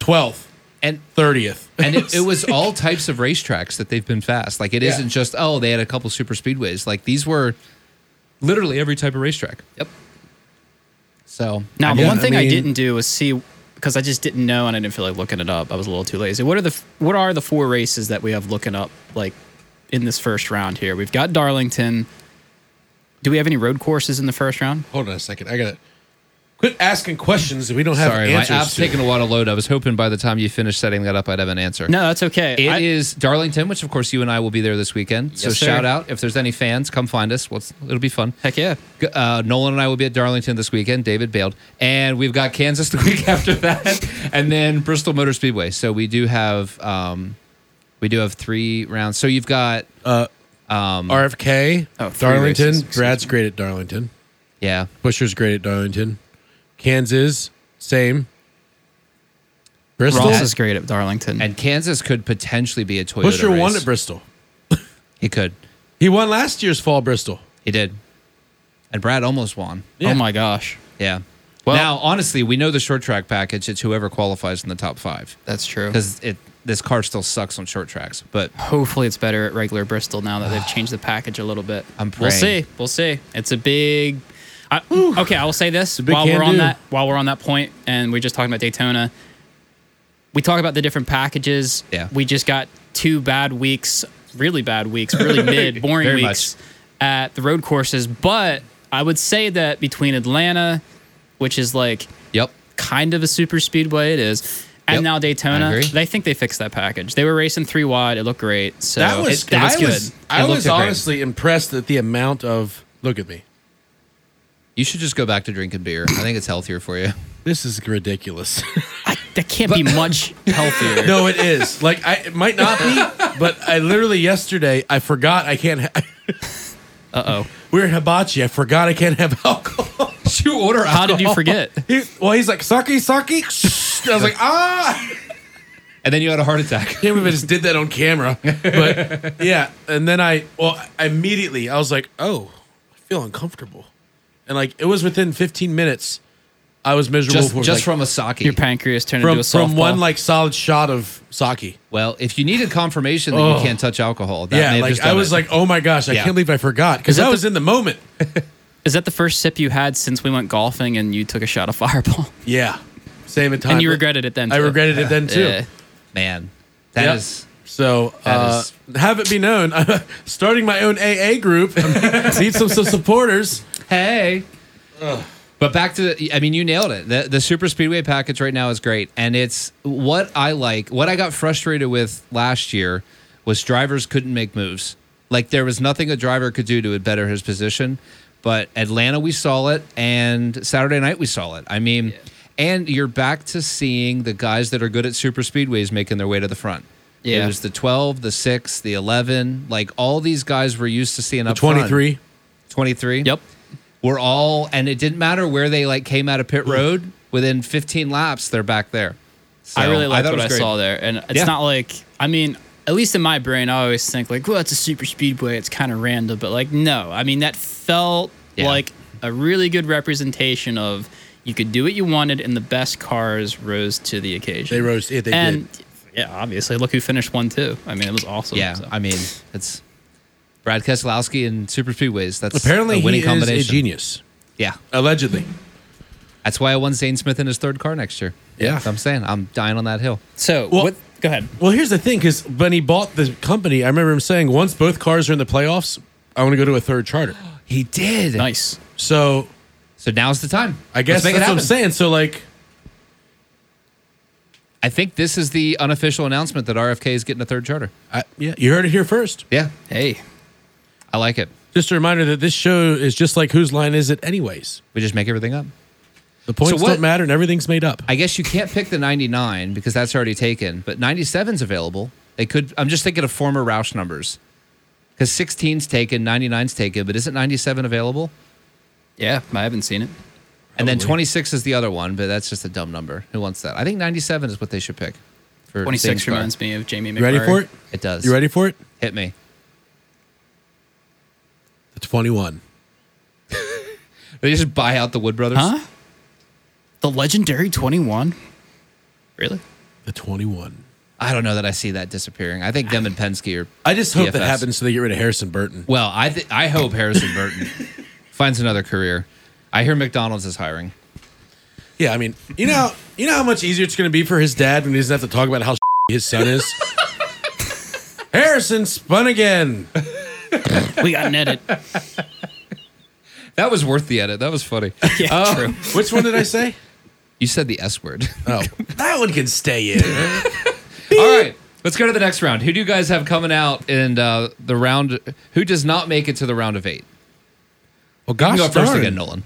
Speaker 1: 12th.
Speaker 2: and
Speaker 1: 30th.
Speaker 2: and it, it was all types of racetracks that they've been fast. Like it
Speaker 1: Yeah.
Speaker 2: not just oh they had a couple super speedways. Like these were literally every type of racetrack. Yep. So
Speaker 6: Now,
Speaker 2: I
Speaker 6: the
Speaker 2: mean,
Speaker 6: one thing I,
Speaker 1: mean-
Speaker 6: didn't do was see because I just didn't know and I didn't feel like looking it up. I was a little too lazy. What are the what are the four races that we have looking up like in this first round here? We've got Darlington. Do we have any road courses in the first round?
Speaker 1: Hold on a second. I got to quit asking questions that we don't have
Speaker 2: sorry, my
Speaker 1: answers
Speaker 2: app's
Speaker 1: to.
Speaker 2: taking a while to load. I was hoping by the time you finish setting that up, I'd have an answer.
Speaker 6: No, that's okay.
Speaker 2: It is
Speaker 6: I-
Speaker 2: Darlington, which of course you and I will be there this weekend. so
Speaker 6: Yes, sir.
Speaker 2: shout out if there's any fans, come find us. What's it'll be fun.
Speaker 6: Heck yeah.
Speaker 2: G- Uh, Nolan and I will be at Darlington this weekend. David bailed, and we've got Kansas the week after that, and then Bristol Motor Speedway. So we do have um, we do have three rounds. So you've got
Speaker 1: RFK,
Speaker 6: Oh, three
Speaker 1: Darlington.
Speaker 6: races, excuse
Speaker 1: Brad's great at Darlington.
Speaker 2: yeah,
Speaker 1: Busher's great at Darlington. Kansas, same. Bristol.
Speaker 6: Ross is great at Darlington.
Speaker 2: and Kansas could potentially be a Toyota.
Speaker 1: Busher
Speaker 2: race.
Speaker 1: won at Bristol.
Speaker 2: He could.
Speaker 1: He won last year's fall Bristol.
Speaker 2: He did. And Brad almost won.
Speaker 1: yeah.
Speaker 6: Oh my gosh,
Speaker 2: Yeah. now, honestly, we know the short track package. It's whoever qualifies in the top five.
Speaker 6: that's true.
Speaker 2: because it this car still sucks on short tracks. But
Speaker 6: Hopefully, it's better at regular Bristol now that they've changed the package a little bit.
Speaker 2: I'm
Speaker 6: We'll
Speaker 2: praying.
Speaker 6: see. We'll see. It's a big. I, okay, I will say this
Speaker 1: big
Speaker 6: while we're on
Speaker 1: can-do.
Speaker 6: that while we're on that point, and we're just talking about Daytona. We talk about the different packages.
Speaker 2: Yeah.
Speaker 6: We just got two bad weeks, really bad weeks, really mid, boring
Speaker 2: Very
Speaker 6: weeks at the road courses. But I would say that between Atlanta, which is like
Speaker 2: yep,
Speaker 6: kind of a super speedway, it is. And
Speaker 2: Yep.
Speaker 6: now
Speaker 2: I
Speaker 6: Daytona,
Speaker 2: agree.
Speaker 6: they think they fixed that package. They were racing three wide. It looked great. So
Speaker 1: That was
Speaker 6: it, it was
Speaker 1: I
Speaker 6: good.
Speaker 1: was,
Speaker 6: It
Speaker 1: I
Speaker 6: looked
Speaker 1: was
Speaker 6: great.
Speaker 1: honestly impressed at the amount of look at me.
Speaker 2: you should just go back to drinking beer. I think it's healthier for you.
Speaker 1: This is ridiculous.
Speaker 6: That can't be much healthier.
Speaker 1: no, it is. Like I it might not be, but I literally yesterday I forgot I can't. Ha-
Speaker 6: Uh oh.
Speaker 1: we were at hibachi. I forgot I can't have alcohol.
Speaker 2: you order
Speaker 6: How did you forget?
Speaker 1: He- well, he's like sake, sake. And I was like, ah.
Speaker 2: And then you had a heart attack.
Speaker 1: Can't believe I just did that on camera. But yeah, and then I well I immediately I was like, oh, I feel uncomfortable, and like it was within 15 minutes, I was miserable.
Speaker 2: just
Speaker 1: for
Speaker 2: just
Speaker 1: like,
Speaker 2: from a sake.
Speaker 6: Your pancreas turned into
Speaker 1: from
Speaker 6: a softball.
Speaker 1: from one like solid shot of sake.
Speaker 2: well, if you needed confirmation that you
Speaker 1: Oh.
Speaker 2: can't touch alcohol, that may
Speaker 1: Yeah,
Speaker 2: have
Speaker 1: like
Speaker 2: just done
Speaker 1: I was
Speaker 2: it.
Speaker 1: like, oh my gosh, I
Speaker 2: Yeah.
Speaker 1: can't believe I forgot because
Speaker 6: that
Speaker 1: I
Speaker 6: the-
Speaker 1: was in the moment.
Speaker 6: Is that the first sip you had since we went golfing and you took a shot of Fireball?
Speaker 1: Yeah, same at time.
Speaker 6: And you
Speaker 1: but
Speaker 6: regretted it then,
Speaker 1: I
Speaker 6: too.
Speaker 1: regretted it then too.
Speaker 6: Yeah.
Speaker 2: man, that
Speaker 1: Yep.
Speaker 2: is
Speaker 1: So uh, have it be known, I'm starting my own AA group. I need some, some supporters.
Speaker 2: hey. But back to the, I mean, you nailed it. The, the Super Speedway package right now is great. And it's what I like, what I got frustrated with last year was drivers couldn't make moves. Like there was nothing a driver could do to better his position. But Atlanta, we saw it. And Saturday night, we saw it. I mean, and you're back to seeing the guys that are good at Super Speedways making their way to the front. It
Speaker 6: Yeah.
Speaker 2: was the 12, the 6, the 11. Like all these guys were used to seeing up front.
Speaker 1: 23.
Speaker 2: 23.
Speaker 6: Yep.
Speaker 2: We're all, and it didn't matter where they like came out of
Speaker 1: Hmm.
Speaker 2: pit road. Within 15 laps, they're back there. So,
Speaker 6: I really liked
Speaker 2: thought it was
Speaker 6: what I
Speaker 2: great.
Speaker 6: saw there, and it's
Speaker 2: Yeah.
Speaker 6: not like I mean, at least in my brain, I always think like, well, it's a super speedway, it's kind of random, but like, no, I mean that felt
Speaker 2: Yeah.
Speaker 6: like a really good representation of you could do what you wanted, and the best cars rose to the occasion.
Speaker 1: They rose. Yeah, they did.
Speaker 6: and yeah, obviously, look who finished one too. I mean, it was awesome.
Speaker 2: Yeah,
Speaker 6: so.
Speaker 2: I mean, it's Brad Keselowski and Super Speedways. That's
Speaker 1: Apparently,
Speaker 2: a winning
Speaker 1: he is
Speaker 2: combination.
Speaker 1: a genius.
Speaker 2: Yeah,
Speaker 1: Allegedly.
Speaker 2: that's why I won Zane Smith in his third car next year.
Speaker 1: Yeah.
Speaker 2: That's what I'm saying I'm dying on that hill.
Speaker 6: So
Speaker 1: Well-
Speaker 6: what? Go ahead.
Speaker 1: Well, here's the thing because when he bought the company, I remember him saying, once both cars are in the playoffs, I want to go to a third charter.
Speaker 2: He did.
Speaker 6: Nice.
Speaker 1: So
Speaker 2: So now's the time.
Speaker 1: I guess
Speaker 2: Let's make
Speaker 1: that's what
Speaker 2: it
Speaker 1: I'm
Speaker 2: happen.
Speaker 1: saying. So, like,
Speaker 2: I think this is the unofficial announcement that RFK is getting a third charter.
Speaker 1: I, yeah, you heard it here first.
Speaker 2: Yeah,
Speaker 6: Hey,
Speaker 2: I like it.
Speaker 1: Just a reminder that this show is just like Whose Line Is It, anyways?
Speaker 2: We just make everything up.
Speaker 1: The points
Speaker 2: what-
Speaker 1: don't matter and everything's made up.
Speaker 2: I guess you can't pick the 99 because that's already taken, but 97's available. They could. I'm just thinking of former Roush numbers because 16's taken, 99's taken, but isn't 97 available?
Speaker 6: yeah, I haven't seen it.
Speaker 2: And then 26 is the other one, but that's just a dumb number. Who wants that? I think 97 is what they should pick. For
Speaker 6: Twenty
Speaker 2: Dane's
Speaker 6: six
Speaker 2: car.
Speaker 6: reminds me of Jamie.
Speaker 1: you ready for it?
Speaker 2: It does.
Speaker 1: You ready for it?
Speaker 2: Hit me.
Speaker 1: The 21.
Speaker 2: They just buy out the Wood Brothers.
Speaker 6: Huh? The legendary twenty one. Really?
Speaker 1: The 21.
Speaker 2: I don't know that I see that disappearing. I think them and Penske are.
Speaker 1: I just hope that
Speaker 2: BFFs.
Speaker 1: happens so they get rid of Harrison Burton.
Speaker 2: Well, I th- I hope Harrison Burton finds another career. I hear McDonald's is hiring.
Speaker 1: Yeah, I mean, you know, you know how much easier it's going to be for his dad when he doesn't have to talk about how his son is. Harrison spun again.
Speaker 6: We got an edit.
Speaker 2: That was worth the edit. That was funny. Um,
Speaker 6: Yeah, true.
Speaker 1: Which one did I say?
Speaker 2: You said the S word.
Speaker 1: Oh, that one can stay in.
Speaker 2: All right. Let's go to the next round. Who do you guys have coming out in uh, the round? Who does not make it to the round of eight?
Speaker 1: Well,
Speaker 2: You
Speaker 1: gosh,
Speaker 2: can go first
Speaker 1: darn.
Speaker 2: again, Nolan.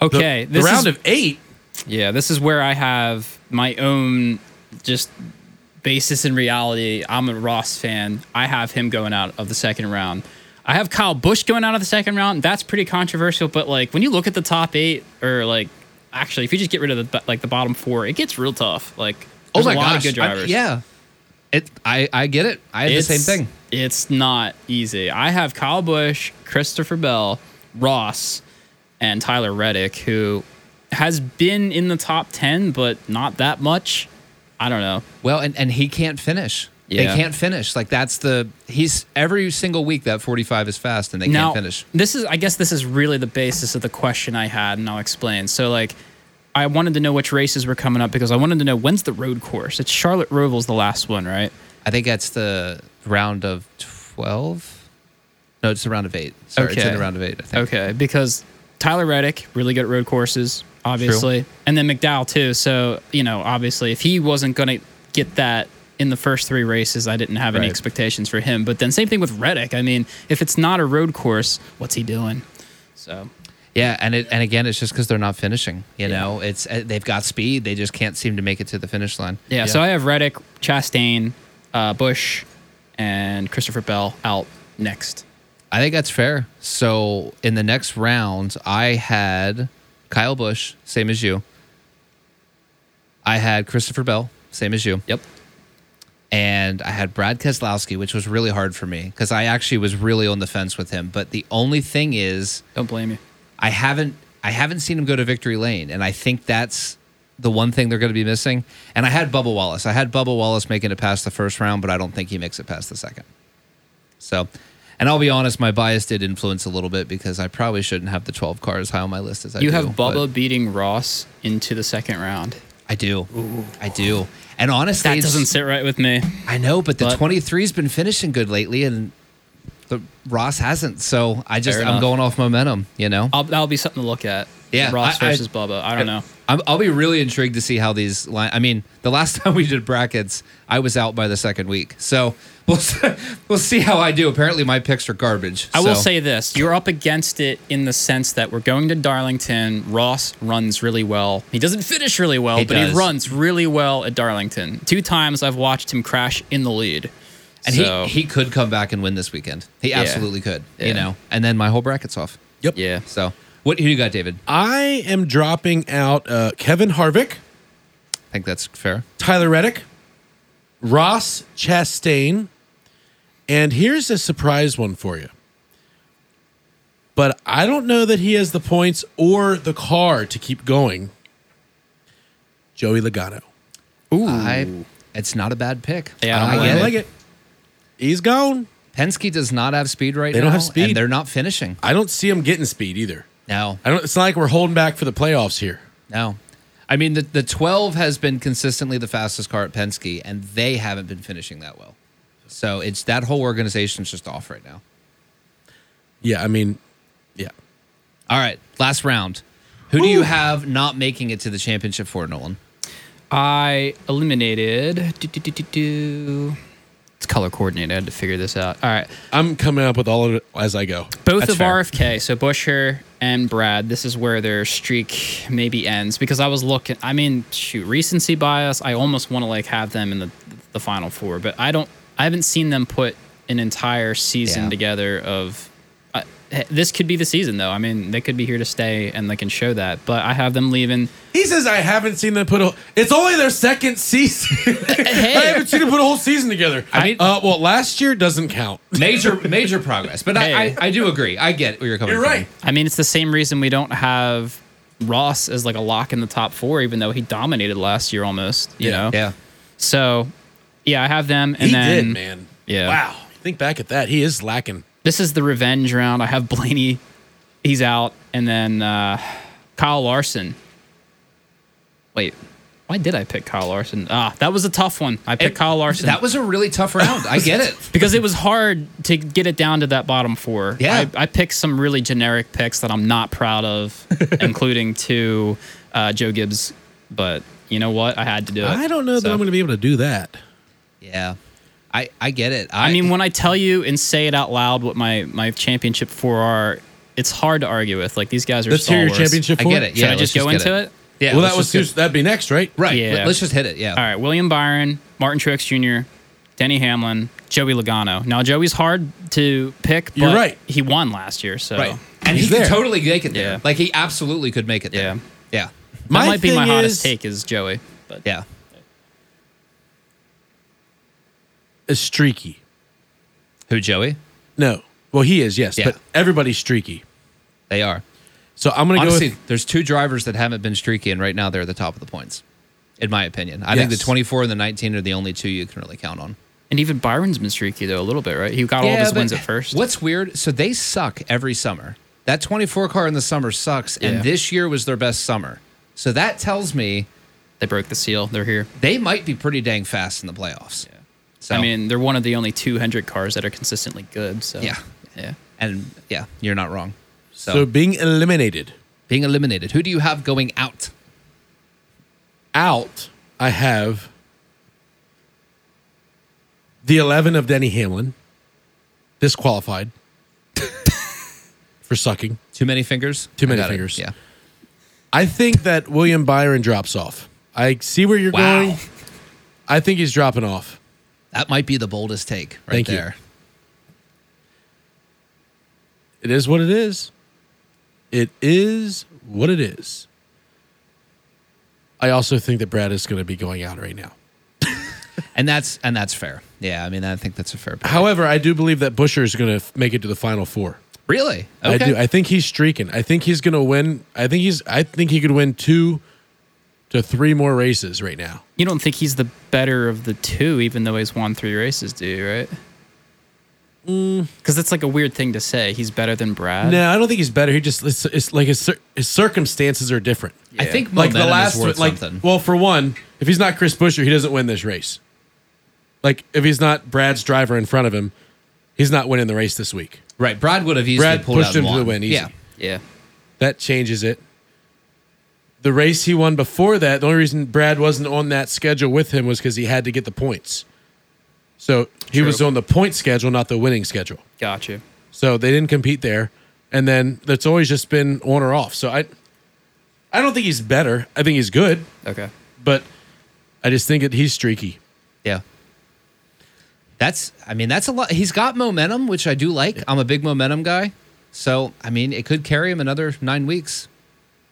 Speaker 1: The,
Speaker 6: Okay,
Speaker 1: the
Speaker 6: this
Speaker 1: round
Speaker 6: is,
Speaker 1: of eight.
Speaker 6: yeah, this is where I have my own just basis in reality. I'm a Ross fan. I have him going out of the second round. I have Kyle Bush going out of the second round. That's pretty controversial, but like when you look at the top eight, or like actually, if you just get rid of the like the bottom four, it gets real tough. Like there's a lot of good
Speaker 2: Oh I-
Speaker 6: drivers.
Speaker 2: yeah. It. I. I get it. I had the same thing.
Speaker 6: It's not easy. I have Kyle Bush, Christopher Bell, Ross, and Tyler Reddick, who has been in the top ten, but not that much. I don't know.
Speaker 2: Well, and, and he can't finish.
Speaker 6: Yeah.
Speaker 2: They can't finish. Like that's the he's every single week that 45 is fast and they
Speaker 6: now,
Speaker 2: can't finish.
Speaker 6: This is I guess this is really the basis of the question I had, and I'll explain. So like I wanted to know which races were coming up because I wanted to know when's the road course. It's Charlotte Roval's the last one, right?
Speaker 2: I think that's the round of 12. No, it's the round of eight. Sorry, it's in
Speaker 6: Okay.
Speaker 2: the round of eight. I think.
Speaker 6: Okay, because Tyler Reddick, really good at road courses, obviously, and then McDowell too. So you know, obviously, if he wasn't going to get that in the first three races, I didn't have any
Speaker 2: Right.
Speaker 6: expectations for him. But then same thing with Reddick. I mean, if it's not a road course, what's he doing? So
Speaker 2: Yeah, and it and again, it's just because they're not finishing. You
Speaker 6: Yeah.
Speaker 2: know, it's uh, they've got speed, they just can't seem to make it to the finish line.
Speaker 6: yeah, so I have Reddick, Chastain, uh, Bush, and Christopher Bell out next.
Speaker 2: I think that's fair. So in the next round, I had Kyle Bush, same as you. I had Christopher Bell, same as you.
Speaker 6: Yep.
Speaker 2: and I had Brad Keselowski, which was really hard for me because I actually was really on the fence with him. But the only thing is,
Speaker 6: Don't blame you.
Speaker 2: I haven't I haven't seen him go to victory lane, and I think that's the one thing they're going to be missing. And I had Bubba Wallace. I had Bubba Wallace making it past the first round, but I don't think he makes it past the second. So, and I'll be honest, my bias did influence a little bit because I probably shouldn't have the 12 car as high on my list as I
Speaker 6: you
Speaker 2: do,
Speaker 6: have
Speaker 2: but
Speaker 6: Bubba beating Ross into the second round.
Speaker 2: I do. I do. And honestly,
Speaker 6: That
Speaker 2: it's-
Speaker 6: doesn't sit right with me.
Speaker 2: I know, but the
Speaker 6: But-
Speaker 2: 23's been finishing good lately, and the Ross hasn't. So I just
Speaker 6: Fair
Speaker 2: I'm
Speaker 6: enough.
Speaker 2: going off momentum. You know.
Speaker 6: I'll, that'll be something to look at.
Speaker 2: Yeah,
Speaker 6: Ross
Speaker 2: I- I-
Speaker 6: versus Bubba. I don't know.
Speaker 2: I'm, I'll be really intrigued to see how these line. I mean, the last time we did brackets, I was out by the second week, so we'll s- we'll see how I do. Apparently, my picks are garbage.
Speaker 6: I will
Speaker 2: so-
Speaker 6: say this: you're up against it in the sense that we're going to Darlington. Ross runs really well. He doesn't finish really well,
Speaker 2: He
Speaker 6: but
Speaker 2: does.
Speaker 6: he runs really well at Darlington. Two times I've watched him crash in the lead,
Speaker 2: and
Speaker 6: So,
Speaker 2: he he could come back and win this weekend. He
Speaker 6: Yeah.
Speaker 2: absolutely could, you
Speaker 6: Yeah.
Speaker 2: know. And then my whole bracket's off.
Speaker 1: Yep.
Speaker 6: yeah.
Speaker 2: So what who you got, David?
Speaker 1: I am dropping out uh, Kevin Harvick,
Speaker 2: I think that's fair.
Speaker 1: Tyler Reddick, Ross Chastain, and here's a surprise one for you. But I don't know that he has the points or the car to keep going. Joey Logano.
Speaker 2: Ooh, I, it's not a bad pick.
Speaker 6: Yeah, I
Speaker 2: I,
Speaker 6: don't
Speaker 2: get
Speaker 1: I
Speaker 2: it.
Speaker 1: like it. He's gone.
Speaker 2: Penske does not have speed right
Speaker 1: They
Speaker 2: now.
Speaker 1: don't have speed.
Speaker 2: And they're not finishing.
Speaker 1: I don't see him getting speed either.
Speaker 2: No,
Speaker 1: I don't. It's not like we're holding back for the playoffs here.
Speaker 2: no. I mean, the, the 12 has been consistently the fastest car at Penske, and they haven't been finishing that well. So it's that whole organization's just off right now.
Speaker 1: Yeah, I mean, yeah.
Speaker 2: All right, last round. Who do you have not making it to the championship for, Nolan?
Speaker 6: I eliminated. do, do, do, do, do. It's color coordinated. I had to figure this out. All right.
Speaker 1: I'm coming up with all of it as I go.
Speaker 6: Both
Speaker 2: That's
Speaker 6: of
Speaker 2: fair.
Speaker 6: RFK, so Busher and Brad, this is where their streak maybe ends because I was looking. I mean, shoot, recency bias. I almost want to like have them in the the final four, but I don't. I haven't seen them put an entire season
Speaker 2: Yeah.
Speaker 6: together of. I this could be the season though. I mean, they could be here to stay and they can show that. But I have them leaving.
Speaker 1: He says I haven't seen them put a. It's only their second season. I haven't seen them put a whole season together.
Speaker 2: I mean-
Speaker 1: uh, well, last year doesn't count.
Speaker 2: Major, major progress. But I, I,
Speaker 6: Hey.
Speaker 2: I do agree. I get where you're coming
Speaker 1: You're
Speaker 2: from.
Speaker 1: right.
Speaker 6: I mean, it's the same reason we don't have Ross as like a lock in the top four, even though he dominated last year almost. You know.
Speaker 2: Yeah.
Speaker 6: So, yeah, I have them. And
Speaker 1: he
Speaker 6: then,
Speaker 1: did, man.
Speaker 6: yeah.
Speaker 1: Wow. Think back at that. He is lacking.
Speaker 6: This is the revenge round. I have Blaney. He's out. And then uh, Kyle Larson. Wait, why did I pick Kyle Larson? Ah, that was a tough one. I picked
Speaker 2: It-
Speaker 6: Kyle Larson.
Speaker 2: That was a really tough round. I get it.
Speaker 6: because it was hard to get it down to that bottom four.
Speaker 2: Yeah.
Speaker 6: I, I picked some really generic picks that I'm not proud of, including two uh, Joe Gibbs. But you know what? I had to do it.
Speaker 1: I don't know that
Speaker 6: So-
Speaker 1: I'm going to be able to do that.
Speaker 2: Yeah. I, I get it.
Speaker 6: I mean, when I tell you and say it out loud what my my championship four are, it's hard to argue with. Like these guys are.
Speaker 1: Let's hear your
Speaker 6: stalwarts.
Speaker 1: championship.
Speaker 2: I
Speaker 1: four?
Speaker 2: get it.
Speaker 6: Should
Speaker 2: Yeah,
Speaker 6: I
Speaker 2: let's
Speaker 6: just go
Speaker 2: get
Speaker 6: into it?
Speaker 2: Yeah.
Speaker 1: well,
Speaker 2: let's
Speaker 1: that was
Speaker 2: just get-
Speaker 1: too, that'd be next, right?
Speaker 2: Right.
Speaker 6: Yeah.
Speaker 2: let- Let's just hit it. Yeah.
Speaker 6: All right, William Byron, Martin Truex Jr., Denny Hamlin, Joey Logano. Now Joey's hard to pick. But
Speaker 1: You're right.
Speaker 6: He won last year, so
Speaker 2: Right. And
Speaker 1: He's
Speaker 2: he
Speaker 1: there.
Speaker 2: could totally make it there.
Speaker 6: Yeah.
Speaker 2: Like he absolutely could make it there.
Speaker 6: Yeah.
Speaker 2: Yeah.
Speaker 6: that might be my
Speaker 1: thing
Speaker 6: hottest
Speaker 1: is,
Speaker 6: take is Joey. But
Speaker 2: Yeah.
Speaker 1: Is streaky.
Speaker 2: Who Joey?
Speaker 1: No. Well, he is. Yes,
Speaker 2: Yeah.
Speaker 1: but everybody's streaky.
Speaker 2: They are.
Speaker 1: So I'm going to go.
Speaker 2: Honestly,
Speaker 1: With,
Speaker 2: there's two drivers that haven't been streaky, and right now they're at the top of the points, in my opinion. I think the
Speaker 1: Yes.
Speaker 2: 24 and the 19 are the only two you can really count on.
Speaker 6: and even Byron's been streaky though a little bit, right? He got all of his wins at first.
Speaker 2: What's weird? So they suck every summer. That 24 car in the summer sucks,
Speaker 6: Yeah.
Speaker 2: and this year was their best summer. So that tells me
Speaker 6: They broke the seal. They're here.
Speaker 2: they might be pretty dang fast in the playoffs. So
Speaker 6: I mean, they're one of the only 200 cars that are consistently good. So
Speaker 2: Yeah.
Speaker 6: yeah.
Speaker 2: and yeah, you're not wrong. So,
Speaker 1: so being eliminated.
Speaker 2: being eliminated, who do you have going out?
Speaker 1: out, I have the 11 of Denny Hamlin, disqualified for sucking.
Speaker 2: Too many fingers.
Speaker 1: Too
Speaker 2: I
Speaker 1: many
Speaker 2: got it.
Speaker 1: fingers.
Speaker 2: Yeah.
Speaker 1: I think that William Byron drops off. I see where you're
Speaker 2: Wow.
Speaker 1: going. I think he's dropping off.
Speaker 2: That might be the boldest take right
Speaker 1: Thank you.
Speaker 2: there.
Speaker 1: It is what it is. It is what it is. I also think that Brad is going to be going out right now.
Speaker 2: And that's and that's fair. Yeah, I mean, I think that's a fair. Pick.
Speaker 1: However, I do believe that Busher is going to make it to the final four.
Speaker 2: Really?
Speaker 1: I do. I think he's streaking. I think he's going to win. I think he's. I think he could win two to three more races right now.
Speaker 6: You don't think he's the better of the two, even though he's won three races, do you, right? Because that's like a weird thing to say. He's better than Brad.
Speaker 1: Mm. No, I don't think he's better. He just it's, it's like his cir- his circumstances are different.
Speaker 2: I think
Speaker 1: Like
Speaker 2: momentum
Speaker 1: the last,
Speaker 2: is worth
Speaker 1: like
Speaker 2: something.
Speaker 1: well, for one, if he's not Chris Busher, he doesn't win this race. Like if he's not Brad's driver in front of him, he's not winning the race this week.
Speaker 2: Right. Brad would have easily
Speaker 1: Brad
Speaker 2: pulled
Speaker 1: pushed
Speaker 2: out
Speaker 1: him to
Speaker 2: one.
Speaker 1: the win, easy.
Speaker 2: Yeah.
Speaker 6: Yeah.
Speaker 1: That changes it. The race he won before that, the only reason Brad wasn't on that schedule with him was because he had to get the points. So he was on the point schedule, not the winning schedule.
Speaker 6: Gotcha.
Speaker 1: So they didn't compete there. And then that's always just been on or off. So I I don't think he's better. I think he's good,
Speaker 6: Okay.
Speaker 1: but I just think that he's streaky.
Speaker 2: Yeah. That's I mean, that's a lot he's got momentum, which I do like. I'm a big momentum guy. So I mean it could carry him another nine weeks.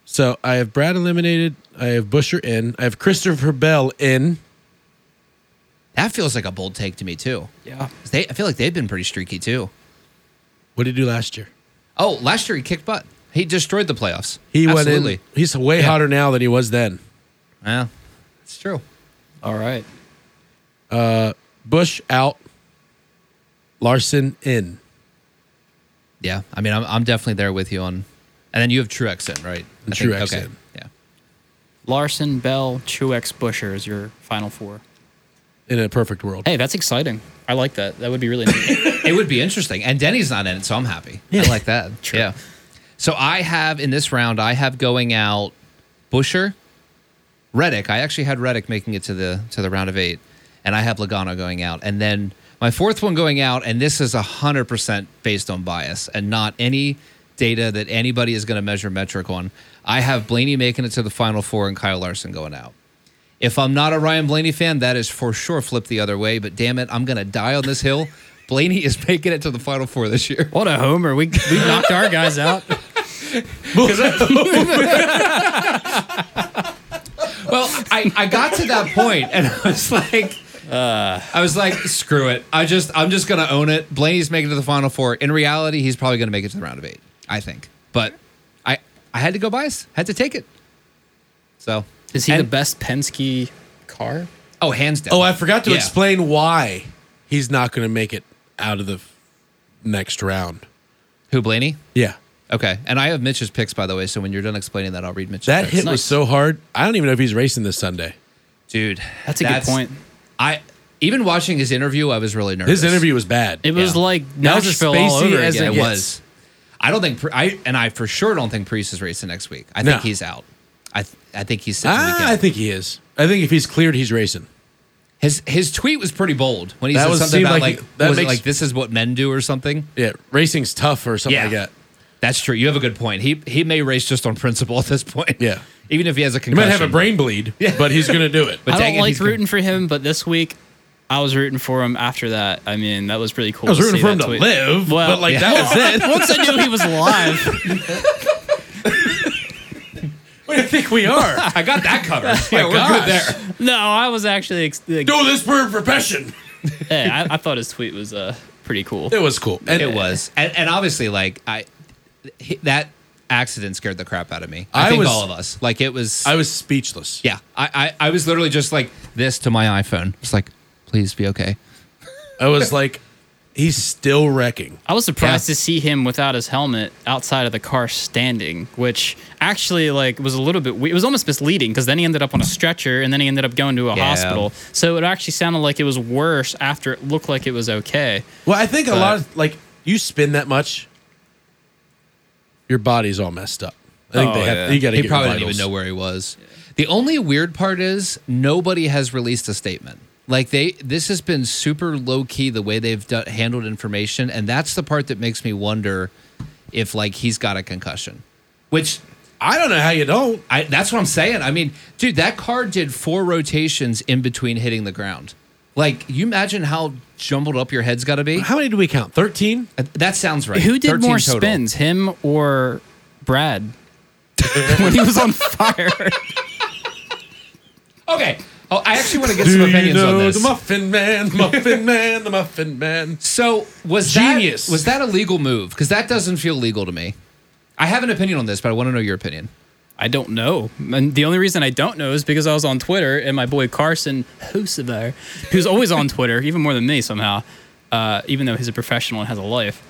Speaker 1: So I have Brad eliminated. I have Busher in. I have Christopher Bell in.
Speaker 2: That feels like a bold take to me too.
Speaker 6: Yeah.
Speaker 2: 'Cause They I feel like they've been pretty streaky too.
Speaker 1: What did he do last year?
Speaker 2: Oh, last year he kicked butt. He destroyed the playoffs.
Speaker 1: He
Speaker 2: Absolutely.
Speaker 1: went in. He's way
Speaker 2: Yeah.
Speaker 1: hotter now than he was then.
Speaker 2: Yeah. It's true.
Speaker 6: All right.
Speaker 1: Bush out. Larson in.
Speaker 2: Yeah. I mean I'm I'm definitely there with you on and then you have Truex in, right? I think-
Speaker 1: Truex
Speaker 2: Okay.
Speaker 1: in.
Speaker 2: Yeah.
Speaker 6: Larson, Bell, Truex, Busher is your final four.
Speaker 1: In a perfect world.
Speaker 6: Hey, that's exciting. I like that. That would be really neat.
Speaker 2: it would be interesting. And Denny's not in it, so I'm happy. I like that. Yeah. So I have in this round, I have going out Busher, Reddick. I actually had Reddick making it to the to the round of eight, and I have Logano going out, and then my fourth one going out, and this is hundred percent based on bias and not any data that anybody is going to measure metric on. I have Blaney making it to the final four and Kyle Larson going out. If I'm not a Ryan Blaney fan, that is for sure flip the other way. But damn it, I'm gonna die on this hill. Blaney is making it to the final four this year.
Speaker 6: what a homer. We, we knocked our guys out.
Speaker 2: Well, I, I got to that point and I was like, I was like, screw it. I just I'm just gonna own it. Blaney's making it to the final four. In reality, he's probably gonna make it to the round of eight. I think. But I I had to go bias. Had to take it. So
Speaker 6: Is he the
Speaker 2: And-
Speaker 6: best Penske car?
Speaker 2: oh hands down.
Speaker 1: Oh, I forgot to
Speaker 2: Yeah.
Speaker 1: explain why he's not going to make it out of the f- next round.
Speaker 2: who Blaney.
Speaker 1: Yeah.
Speaker 2: Okay, and I have Mitch's picks by the way. So when you're done explaining that, I'll read Mitch's.
Speaker 1: That
Speaker 2: picks.
Speaker 1: hit was
Speaker 6: nice.
Speaker 1: so hard. I don't even know if he's racing this Sunday.
Speaker 2: dude.
Speaker 6: That's a good point.
Speaker 2: I even watching his interview, I was really nervous.
Speaker 1: His interview was bad.
Speaker 6: It was
Speaker 2: Yeah.
Speaker 6: like
Speaker 1: That was as
Speaker 6: Nashville all
Speaker 1: spacey
Speaker 6: over
Speaker 1: as
Speaker 6: again.
Speaker 2: yeah,
Speaker 1: it
Speaker 2: it
Speaker 1: gets.
Speaker 2: was. I don't think Pri- I and I for sure don't think Priest is racing next week. I
Speaker 1: No.
Speaker 2: think he's out. I th- I think he's sitting
Speaker 1: Ah, I
Speaker 2: weekend.
Speaker 1: think he is. I think if he's cleared, he's racing.
Speaker 2: his his tweet was pretty bold when he
Speaker 1: That
Speaker 2: said
Speaker 1: was-
Speaker 2: something
Speaker 1: seemed
Speaker 2: about
Speaker 1: like-
Speaker 2: like,
Speaker 1: that
Speaker 2: was it
Speaker 1: makes-
Speaker 2: like this is what men do or something.
Speaker 1: Yeah, racing's tough or something
Speaker 2: Yeah.
Speaker 1: like that.
Speaker 2: That's true. You have a good point. He he may race just on principle at this point.
Speaker 1: Yeah.
Speaker 2: even if he has a
Speaker 1: He
Speaker 2: concussion.
Speaker 1: might have a brain bleed, but he's going to do it.
Speaker 2: But
Speaker 6: I
Speaker 2: dang
Speaker 6: don't
Speaker 2: it,
Speaker 6: like
Speaker 2: he's gonna-
Speaker 6: rooting for him, but this week I was rooting for him after that. I mean, that was pretty cool.
Speaker 1: I was
Speaker 6: to
Speaker 1: rooting
Speaker 6: see
Speaker 1: for him
Speaker 6: that
Speaker 1: to
Speaker 6: tweet.
Speaker 1: live,
Speaker 6: Well,
Speaker 1: but like that was it.
Speaker 6: Once I knew he was alive,
Speaker 1: what do you think we are?
Speaker 2: I got that covered. yeah, we're
Speaker 1: gosh.
Speaker 2: good there.
Speaker 6: no, I was actually. Ex- like,
Speaker 1: do this for a profession.
Speaker 6: hey, I, I thought his tweet was uh, pretty cool.
Speaker 1: It was cool. And
Speaker 2: It was, and, and obviously, like I, he- that accident scared the crap out of me. I,
Speaker 1: I
Speaker 2: think
Speaker 1: was-
Speaker 2: all of us. Like it was.
Speaker 1: I was speechless.
Speaker 2: Yeah, I, I, I was literally just like this to my iPhone. It's like, please be okay.
Speaker 1: I was like, he's still wrecking.
Speaker 6: I was surprised
Speaker 2: Yeah.
Speaker 6: to see him without his helmet outside of the car standing, which actually like was a little bit. We- it was almost misleading because then he ended up on a stretcher and then he ended up going to a
Speaker 2: Yeah.
Speaker 6: hospital. So it actually sounded like it was worse after it looked like it was okay.
Speaker 1: Well, I think a
Speaker 6: But-
Speaker 1: lot of like you spin that much, your body's all messed up. I think they have. You got to
Speaker 2: Oh, He
Speaker 1: get
Speaker 2: probably
Speaker 1: revitals.
Speaker 2: didn't even know where he was. The only weird part is nobody has released a statement. Like they, this has been super low key the way they've done, handled information, and that's the part that makes me wonder if like he's got a concussion, which
Speaker 1: I don't know how you don't.
Speaker 2: I, that's what I'm saying. I mean, dude, that car did four rotations in between hitting the ground. Like, you imagine how jumbled up your head's got to be.
Speaker 1: How many do we count? Thirteen.
Speaker 2: Uh, That sounds right.
Speaker 6: Who did
Speaker 2: 13
Speaker 6: more
Speaker 2: total.
Speaker 6: spins, him or Brad? when he was on fire.
Speaker 2: Okay. Oh, I actually want to get some opinions on
Speaker 1: the
Speaker 2: this.
Speaker 1: Muffin Man, the Muffin Man, the Muffin Man?
Speaker 2: so was
Speaker 1: Genius.
Speaker 2: That, was that a legal move? Because that doesn't feel legal to me. I have an opinion on this, but I want to know your opinion.
Speaker 6: I don't know. And the only reason I don't know is because I was on Twitter and my boy Carson Hosevar, who's always on Twitter, even more than me somehow, uh, even though he's a professional and has a life.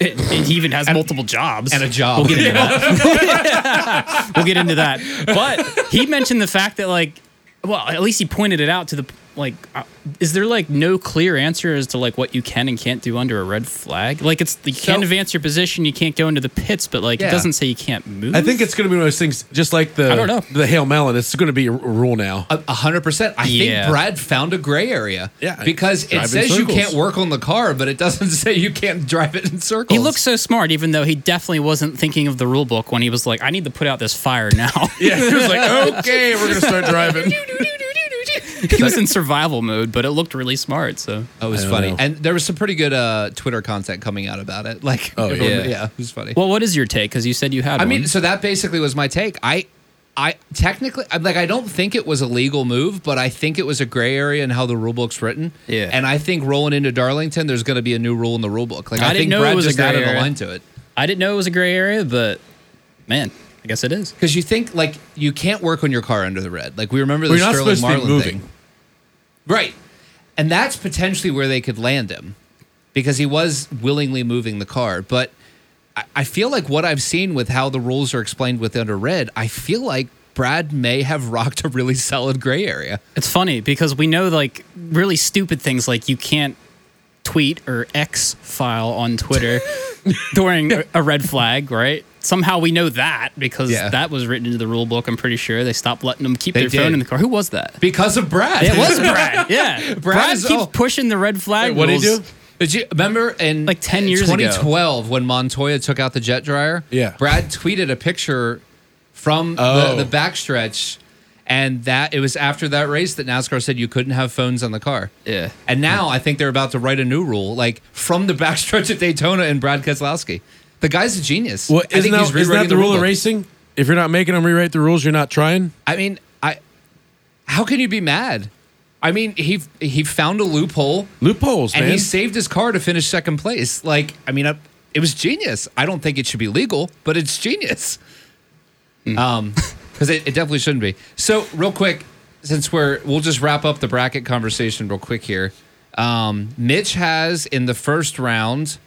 Speaker 6: and he even has multiple jobs
Speaker 2: And a job.
Speaker 6: We'll get into that. we'll get into that. But he mentioned the fact that like, well, at least he pointed it out to the like uh, is there like no clear answer as to like what you can and can't do under a red flag? Like it's you can't
Speaker 2: So-
Speaker 6: advance your position, you can't go into the pits, but like
Speaker 2: Yeah.
Speaker 6: it doesn't say you can't move.
Speaker 1: I think it's going to be one of those things, just like the
Speaker 6: I don't know.
Speaker 1: the hail melon. It's going to be a, a rule now.
Speaker 2: A a hundred percent. I
Speaker 6: Yeah.
Speaker 2: think Brad found a gray area.
Speaker 1: Yeah,
Speaker 2: because
Speaker 1: drive
Speaker 2: it
Speaker 1: in
Speaker 2: says you
Speaker 1: circles.
Speaker 2: can't work on the car, but it doesn't say you can't drive it in circles.
Speaker 6: he looks so smart, even though he definitely wasn't thinking of the rule book when he was like, "I need to put out this fire now."
Speaker 1: yeah, it was like okay, we're going to start driving.
Speaker 6: he was in survival mode, but it looked really smart. So
Speaker 2: Oh, it was
Speaker 1: I don't
Speaker 2: funny,
Speaker 1: know.
Speaker 2: and there was some pretty good uh, Twitter content coming out about it. Like,
Speaker 1: Oh,
Speaker 2: everyone-
Speaker 6: yeah.
Speaker 2: yeah, it was funny.
Speaker 6: Well, what is your take? Because you said you had.
Speaker 2: I mean,
Speaker 6: one.
Speaker 2: so that basically was my take. I, I technically, I'm like, I don't think it was a legal move, but I think it was a gray area in how the rule book's written.
Speaker 6: Yeah.
Speaker 2: And I think rolling into Darlington, there's going to be a new rule in the rule book. Like,
Speaker 6: I
Speaker 2: I,
Speaker 6: didn't
Speaker 2: think
Speaker 6: know it
Speaker 2: Brad
Speaker 6: was a
Speaker 2: just added
Speaker 6: gray
Speaker 2: a
Speaker 6: area.
Speaker 2: line to it.
Speaker 6: I didn't know it was a gray area, but man, I guess it is.
Speaker 2: Because you think like you can't work on your car under the red. Like we remember the
Speaker 1: Well, you're not
Speaker 2: Sterling
Speaker 1: supposed to be
Speaker 2: Marlin
Speaker 1: moving.
Speaker 2: thing, right? And that's potentially where they could land him, because he was willingly moving the car. But I, I feel like what I've seen with how the rules are explained with under red, I feel like Brad may have rocked a really solid gray area.
Speaker 6: It's funny because we know like really stupid things like you can't tweet or X file on Twitter during a- a red flag, right? Somehow we know that because
Speaker 2: Yeah.
Speaker 6: that was written into the rule book. I'm pretty sure they stopped letting them keep
Speaker 2: They
Speaker 6: their phone
Speaker 2: did.
Speaker 6: in the car. Who was that?
Speaker 2: Because of Brad,
Speaker 6: It was Brad. Yeah, Brad,
Speaker 2: Brad is
Speaker 6: keeps
Speaker 2: all-
Speaker 6: pushing the red flag.
Speaker 1: What did he
Speaker 6: rules.
Speaker 1: do?
Speaker 2: Did you remember in
Speaker 6: Like 10 years ago.
Speaker 2: 2012 when Montoya took out the jet dryer?
Speaker 1: Yeah.
Speaker 2: Brad tweeted a picture from
Speaker 1: Oh.
Speaker 2: the, the backstretch, and that it was after that race that NASCAR said you couldn't have phones on the car.
Speaker 6: Yeah.
Speaker 2: And now I think they're about to write a new rule, like from the backstretch at Daytona and Brad Keselowski. The guy's a genius.
Speaker 1: Well,
Speaker 2: I think
Speaker 1: isn't
Speaker 2: he's
Speaker 1: that, isn't
Speaker 2: rewriting
Speaker 1: that the rule of
Speaker 2: rulebook.
Speaker 1: racing? If you're not making them rewrite the rules, you're not trying.
Speaker 2: I mean, I. How can you be mad? I mean, he he found a loophole.
Speaker 1: Loopholes,
Speaker 2: and
Speaker 1: man.
Speaker 2: he saved his car to finish second place. Like, I mean, I, it was genius. I don't think it should be legal, but it's genius. Um, because it, it definitely shouldn't be. So, real quick, since we're we'll just wrap up the bracket conversation real quick here. Um, Mitch has in the first round.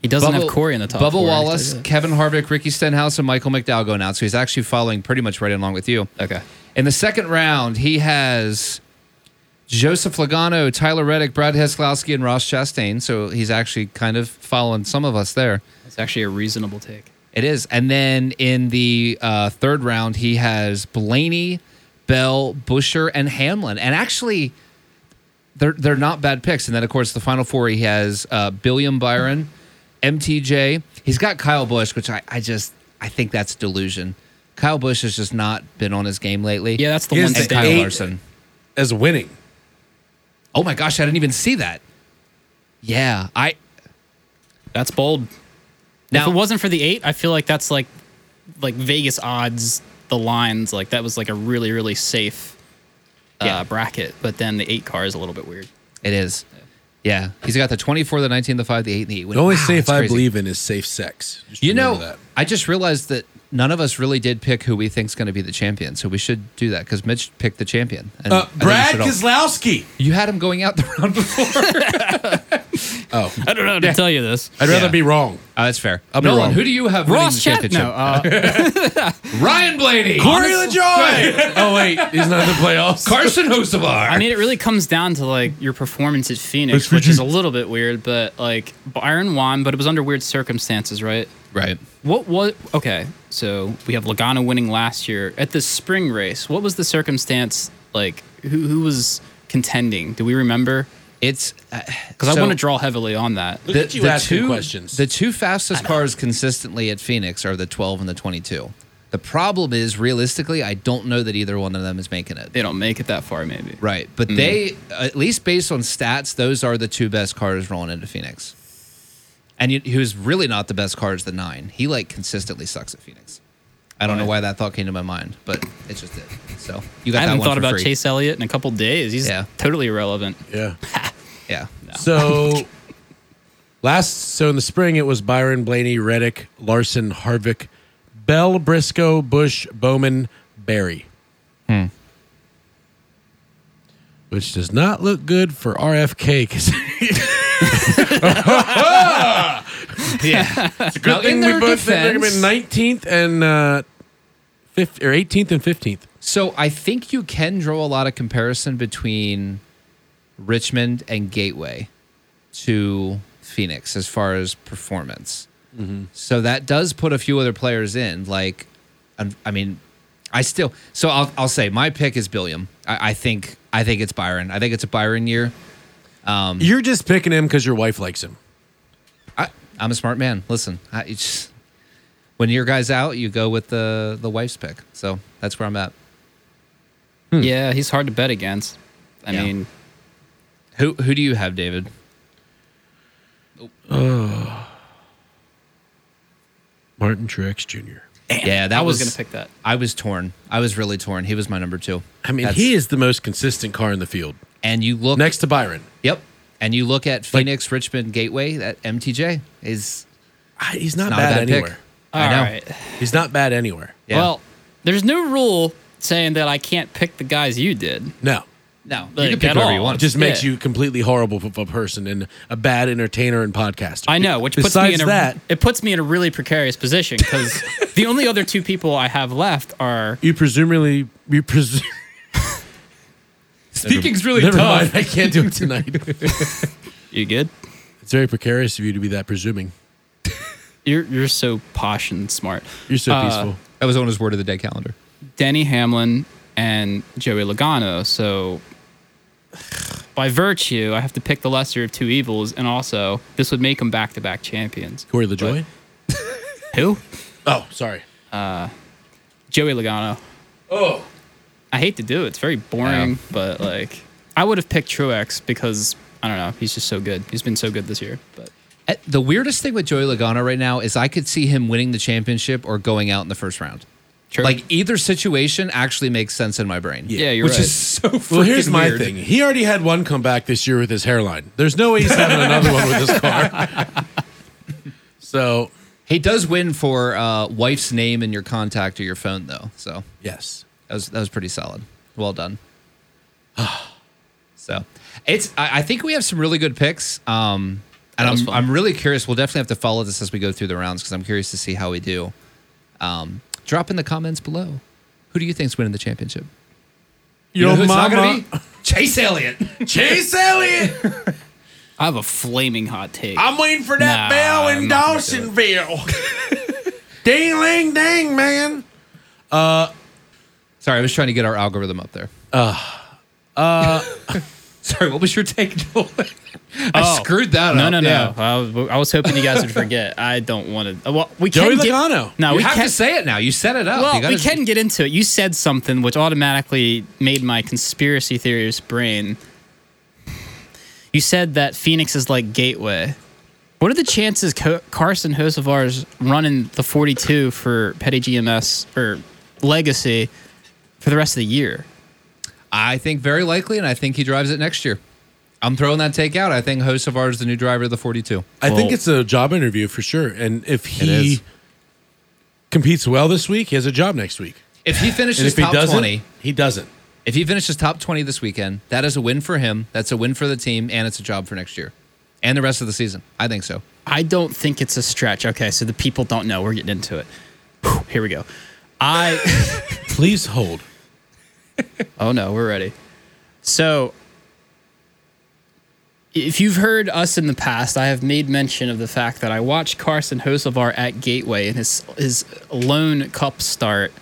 Speaker 6: He doesn't have Corey in the top.
Speaker 2: Bubba
Speaker 6: four.
Speaker 2: Wallace, Kevin Harvick, Ricky Stenhouse, and Michael McDowell going out. So he's actually following pretty much right along with you.
Speaker 6: Okay.
Speaker 2: In the second round, he has Joseph Logano, Tyler Reddick, Brad Keselowski, and Ross Chastain. So he's actually kind of following some of us there.
Speaker 6: It's actually a reasonable take.
Speaker 2: It is. And then in the uh, third round, he has Blaney, Bell, Busher, and Hamlin. And actually, they're they're not bad picks. And then of course the final four, he has uh, Billiam Byron, MTJ. He's got Kyle Busch, which I, I just I think that's delusion. Kyle Busch has just not been on his game lately.
Speaker 6: Yeah, that's the
Speaker 1: He
Speaker 6: one
Speaker 1: is
Speaker 2: and
Speaker 1: the
Speaker 2: Kyle
Speaker 1: eight.
Speaker 6: thing.
Speaker 2: Larson.
Speaker 1: as winning.
Speaker 2: Oh my gosh, I didn't even see that. Yeah, I
Speaker 6: That's bold.
Speaker 2: now
Speaker 6: if it wasn't for the eight, I feel like that's like like Vegas odds the lines like that was like a really really safe uh,
Speaker 2: Yeah.
Speaker 6: bracket. But then the eight car is a little bit weird.
Speaker 2: it is. Yeah, he's got the twenty-four, the nineteen, the five, the eight, and the eight.
Speaker 1: The only
Speaker 2: Wow,
Speaker 1: safe
Speaker 2: that's
Speaker 1: I
Speaker 2: crazy.
Speaker 1: believe in is safe sex. Just
Speaker 2: You know,
Speaker 1: remember that.
Speaker 2: I just realized that none of us really did pick who we think's going to be the champion. So we should do that because Mitch picked the champion. And I
Speaker 1: Uh,
Speaker 2: think we
Speaker 1: Brad
Speaker 2: should all-
Speaker 1: Keselowski.
Speaker 2: you had him going out the round before.
Speaker 1: Oh,
Speaker 6: I don't know how to tell you this.
Speaker 1: I'd rather
Speaker 2: Yeah.
Speaker 1: be wrong.
Speaker 2: Oh, that's fair.
Speaker 1: be
Speaker 2: Nolan,
Speaker 1: wrong.
Speaker 2: who do you have
Speaker 6: Ross
Speaker 2: winning the
Speaker 6: Chat.
Speaker 2: championship?
Speaker 6: No, uh,
Speaker 2: Ryan Blaney,
Speaker 1: Corey LaJoy. oh wait, he's not in the playoffs.
Speaker 2: Carson Hosevar.
Speaker 6: I mean, it really comes down to like your performance at Phoenix, which is a little bit weird. But like Byron won, but it was under weird circumstances, right?
Speaker 2: right.
Speaker 6: What was okay? So we have Logano winning last year at the spring race. What was the circumstance like? Who who was contending? Do we remember?
Speaker 2: It's uh,
Speaker 6: Because I want to draw heavily on that.
Speaker 1: Look at you asking questions.
Speaker 2: The two fastest cars consistently at Phoenix are the 12 and the 22. The problem is, realistically, I don't know that either one of them is making it.
Speaker 6: They don't make it that far, maybe.
Speaker 2: Right. But
Speaker 6: Mm-hmm.
Speaker 2: they, at least based on stats, those are the two best cars rolling into Phoenix. And you, he was really not the best car is the nine. He like consistently sucks at Phoenix. I don't know why that thought came to my mind, but it just did. So you got
Speaker 6: I
Speaker 2: that
Speaker 6: haven't
Speaker 2: one
Speaker 6: thought
Speaker 2: for
Speaker 6: about
Speaker 2: free.
Speaker 6: Chase Elliott in a couple days. He's
Speaker 2: Yeah.
Speaker 6: totally irrelevant.
Speaker 1: yeah.
Speaker 2: Yeah.
Speaker 1: So last, so in the spring, it was Byron, Blaney, Reddick, Larson, Harvick, Bell, Briscoe, Bush, Bowman, Barry.
Speaker 2: Hmm.
Speaker 1: Which does not look good for RFK because
Speaker 2: Yeah.
Speaker 1: it's a good
Speaker 2: in
Speaker 1: thing we
Speaker 2: their
Speaker 1: both think they're gonna be
Speaker 2: defense-
Speaker 1: 19th and uh, fifth or 18th and 15th.
Speaker 2: So I think you can draw a lot of comparison between Richmond and Gateway to Phoenix as far as performance. So that does put a few other players in. Like, I'm- I mean, I still. So I'll I'll say my pick is Billiam. I, I think I think it's Byron. I think it's a Byron year. Um.
Speaker 1: You're just picking him because your wife likes him.
Speaker 2: I, I'm a smart man. Listen, I, it's, when your guy's out, you go with the the wife's pick. So that's where I'm at.
Speaker 6: Yeah, he's hard to bet against. I
Speaker 2: Hmm. Yeah.
Speaker 6: mean,
Speaker 2: Who who do you have, David?
Speaker 1: Martin Truex Jr.
Speaker 2: yeah, that
Speaker 6: I was,
Speaker 2: was
Speaker 6: gonna pick that.
Speaker 2: I was torn. I was really torn. He was my number two.
Speaker 1: I mean,
Speaker 2: That's-
Speaker 1: he is the most consistent car in the field.
Speaker 2: And you look
Speaker 1: Next to Byron.
Speaker 2: Yep. And you look at Phoenix, Richmond, Gateway. That MTJ is
Speaker 1: I- Ah, He's not,
Speaker 2: not,
Speaker 1: bad,
Speaker 2: a bad
Speaker 1: anywhere.
Speaker 2: pick.
Speaker 6: All
Speaker 2: I know.
Speaker 6: right.
Speaker 1: He's not bad anywhere.
Speaker 2: Yeah.
Speaker 6: Well, there's no rule saying that I can't pick the guys you did.
Speaker 1: No.
Speaker 2: no, you
Speaker 6: like,
Speaker 2: can pick
Speaker 6: at
Speaker 2: whoever
Speaker 6: all.
Speaker 2: you
Speaker 1: It
Speaker 2: want.
Speaker 1: just makes
Speaker 6: Yeah.
Speaker 1: you completely horrible of a person and a bad entertainer and podcaster.
Speaker 6: I know, which puts
Speaker 1: Besides
Speaker 6: me in a
Speaker 1: that,
Speaker 6: it puts me in a really precarious position because the only other two people I have left are
Speaker 1: you presumably you presu-
Speaker 2: Speaking's really
Speaker 1: Never
Speaker 2: tough.
Speaker 1: mind. I can't do it tonight.
Speaker 6: you. Good.
Speaker 1: it's very precarious of you to be that presuming.
Speaker 6: You're you're so posh and smart.
Speaker 1: You're so
Speaker 6: Uh,
Speaker 1: peaceful.
Speaker 2: That was on his word of the day calendar.
Speaker 6: Danny Hamlin and Joey Logano. So by virtue, I have to pick the lesser of two evils, and also this would make them back-to-back champions.
Speaker 1: Corey LaJoy.
Speaker 6: Who?
Speaker 1: Oh, sorry.
Speaker 6: Joey Logano.
Speaker 1: Oh,
Speaker 6: I hate to do it. It's very boring, but like I would have picked Truex because I don't know. He's just so good. He's been so good this year. But
Speaker 2: Eh, The weirdest thing with Joey Logano right now is I could see him winning the championship or going out in the first round.
Speaker 6: Sure.
Speaker 2: Like either situation actually makes sense in my brain.
Speaker 6: yeah, you're
Speaker 2: which
Speaker 6: right.
Speaker 2: is so.
Speaker 1: well. Here's
Speaker 2: freaking
Speaker 1: my
Speaker 2: weird.
Speaker 1: thing. He already had one comeback this year with his hairline. There's no way he's having another one with his car. so
Speaker 2: He does win for uh, wife's name and your contact or your phone though. So
Speaker 1: yes,
Speaker 2: That was that was pretty solid. Well done. so it's I, I think we have some really good picks. Um and
Speaker 6: That was
Speaker 2: I'm,
Speaker 6: fun.
Speaker 2: I'm really curious. We'll definitely have to follow this as we go through the rounds because I'm curious to see how we do. Um, drop in the comments below. Who do you think's winning the championship? You know who it's not gonna be? Chase Elliott.
Speaker 1: Chase Elliott.
Speaker 6: I have a flaming hot take.
Speaker 1: I'm waiting for that
Speaker 6: Nah,
Speaker 1: bell in
Speaker 6: I'm not gonna do
Speaker 1: Dawsonville. ding, ling, ding, man.
Speaker 2: Sorry, I was trying to get our algorithm up there. Uh, uh,
Speaker 6: uh,
Speaker 2: Sorry, what was your take, Nolan? I
Speaker 6: Oh.
Speaker 2: screwed that
Speaker 6: no,
Speaker 2: up.
Speaker 6: no, no.
Speaker 2: yeah.
Speaker 6: I, was, I was hoping you guys would forget. I don't want to. Well, we
Speaker 1: Joey
Speaker 6: can get,
Speaker 1: Logano.
Speaker 6: No,
Speaker 2: you
Speaker 6: we
Speaker 2: have
Speaker 6: can't.
Speaker 2: to say it now. You set it up. You
Speaker 6: Well,
Speaker 2: gotta-
Speaker 6: we can get into it. You said something which automatically made my conspiracy theorist brain. You said that Phoenix is like Gateway. What are the chances Co- Carson Hosevar is running the 42 for Petty GMS or Legacy for the rest of the year?
Speaker 2: I think very likely, and I think he drives it next year. I'm throwing that take out. I think Hosevar is the new driver of the 42.
Speaker 1: I think
Speaker 6: Well-
Speaker 1: it's a job interview for sure. And if
Speaker 2: is.
Speaker 1: he competes well this week, he has a job next week.
Speaker 2: If he finishes
Speaker 1: And if he
Speaker 2: top
Speaker 1: doesn't,
Speaker 2: 20,
Speaker 1: he doesn't.
Speaker 2: if he finishes top 20 this weekend, that is a win for him. That's a win for the team, and it's a job for next year and the rest of the season. I think so.
Speaker 6: I don't think it's a stretch. Okay, so the people don't know. We're getting into it. Whew, here we go. I.
Speaker 1: Please hold.
Speaker 6: Oh no, we're ready. So, if you've heard us in the past, I have made mention of the fact that I watched Carson Hosevar at Gateway in his his lone cup start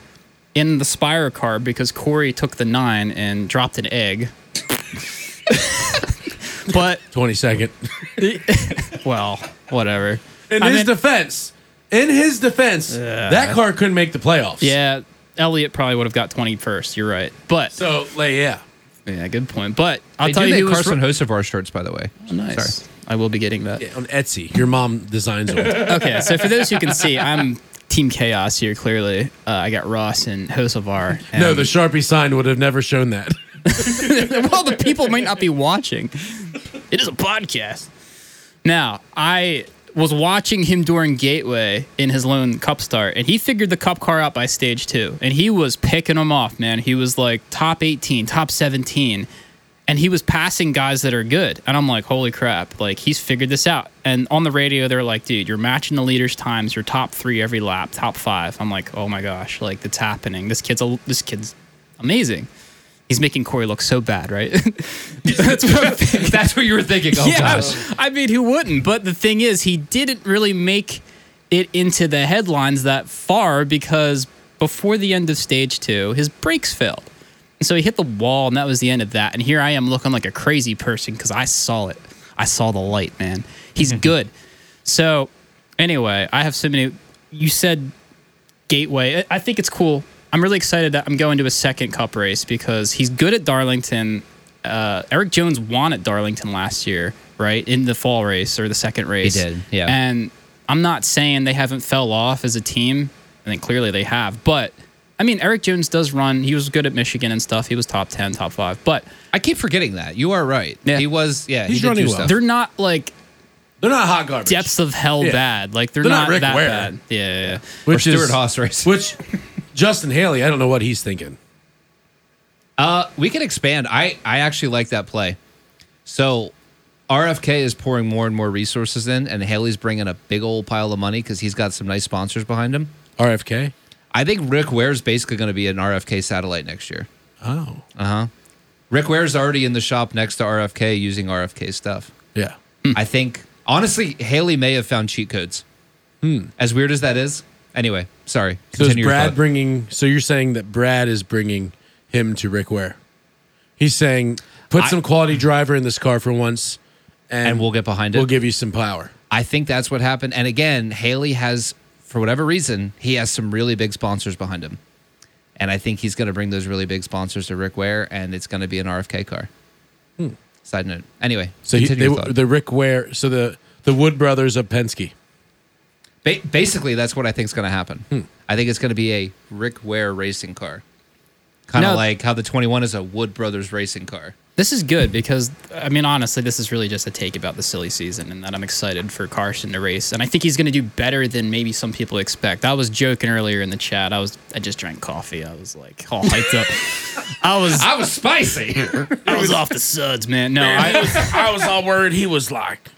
Speaker 6: in the Spire car because Corey took the nine and dropped an egg. but
Speaker 1: 20 second.
Speaker 6: well, whatever.
Speaker 1: In
Speaker 6: I
Speaker 1: his
Speaker 6: meant-
Speaker 1: defense, in his defense, that car couldn't make the playoffs.
Speaker 6: yeah, Elliot probably would have got twenty first. You're right, but
Speaker 1: So, like, yeah.
Speaker 6: yeah, good point. But I'll
Speaker 2: They
Speaker 6: tell
Speaker 2: do
Speaker 6: you
Speaker 2: make
Speaker 6: who was
Speaker 2: Carson Hosevar shirts, by the way.
Speaker 6: ro- nice.
Speaker 2: Sorry.
Speaker 6: I will be getting that.
Speaker 1: On Etsy, your mom designs them.
Speaker 6: okay, so for those who can see, I'm Team Chaos here. Clearly, uh, I got Ross and Hosovar. And
Speaker 1: no, the Sharpie sign would have never shown that.
Speaker 6: well, the people might not be watching. It is a podcast. Now, I was watching him during Gateway in his lone cup start, and he figured the cup car out by stage two, and he was picking them off, man. He was like top 18, top 17. and he was passing guys that are good. And I'm like, holy crap, like he's figured this out. And on the radio, they're like, dude, you're matching the leaders' times. You're top three every lap, top five. I'm like, oh my gosh, like that's happening. This kid's a, this kid's amazing. He's making Corey look so bad, right? that's what I'm thinking.
Speaker 2: That's what you were thinking. Oh
Speaker 6: yeah,
Speaker 2: gosh.
Speaker 6: I mean, who wouldn't? But the thing is, he didn't really make it into the headlines that far because before the end of stage two, his brakes failed. And so he hit the wall, and that was the end of that. And here I am looking like a crazy person because I saw it. I saw the light, man. He's good. So, anyway, I have so many. You said gateway. I I think it's cool. I'm really excited that I'm going to a second cup race because he's good at Darlington. Uh, Eric Jones won at Darlington last year, right? In the fall race or the second race.
Speaker 2: did, yeah.
Speaker 6: And I'm not saying they haven't fell off as a team. I think clearly they have. But I mean, Eric Jones does run. He was good at Michigan and stuff. He was top 10, top five. But
Speaker 2: I keep forgetting that. You are right.
Speaker 6: Yeah.
Speaker 2: He was. Yeah,
Speaker 1: He's
Speaker 2: he did
Speaker 1: running
Speaker 2: do
Speaker 1: well.
Speaker 2: stuff.
Speaker 6: they're not like
Speaker 1: They're not hot garbage.
Speaker 6: depths of hell
Speaker 1: Yeah.
Speaker 6: bad. Like they're,
Speaker 1: They're not
Speaker 6: not,
Speaker 1: Rick
Speaker 6: that
Speaker 1: Ware.
Speaker 6: bad. Yeah, yeah, yeah.
Speaker 2: or
Speaker 1: which
Speaker 2: Stuart
Speaker 1: is
Speaker 2: Haas race.
Speaker 1: which Justin Haley. I don't know what he's thinking.
Speaker 2: Uh, we can expand. I I actually like that play. So RFK is pouring more and more resources in, and Haley's bringing a big old pile of money because he's got some nice sponsors behind him.
Speaker 1: RFK.
Speaker 2: I think Rick Ware's basically going to be an RFK satellite next year.
Speaker 1: Oh,
Speaker 2: Rick Ware's already in the shop next to RFK using RFK stuff.
Speaker 1: yeah.
Speaker 2: I think honestly, Haley may have found cheat codes. As weird as that is. Anyway, sorry.
Speaker 1: Hmm. So is
Speaker 2: Continue your
Speaker 1: Brad
Speaker 2: thought.
Speaker 1: bringing? So you're saying that Brad is bringing him to Rick Ware? He's saying, put
Speaker 2: I-
Speaker 1: some quality driver in this car for once, and,
Speaker 2: And we'll get behind it.
Speaker 1: We'll give you some power.
Speaker 2: I think that's what happened. And again, Haley has, for whatever reason, he has some really big sponsors behind him. And I think he's going to bring those really big sponsors to Rick Ware, and it's going to be an RFK car. Side note. Anyway,
Speaker 1: Hmm. So he,
Speaker 2: continue
Speaker 1: they,
Speaker 2: your thought.
Speaker 1: the Rick Ware, so the the Wood brothers of Penske.
Speaker 2: Ba- basically, that's what I think is going to happen. I think it's going to be a Rick Ware racing car, kind of
Speaker 6: No.
Speaker 2: like how the 21 is a Wood Brothers racing car.
Speaker 6: This is good because I mean honestly, this is really just a take about the silly season, and that I'm excited for Carson to race, and I think he's going to do better than maybe some people expect. I was joking earlier in the chat. I was I just drank coffee. I was like all hyped up. I was
Speaker 2: I was spicy.
Speaker 6: I was off the suds, man. No, I,
Speaker 3: I was all worried he was like,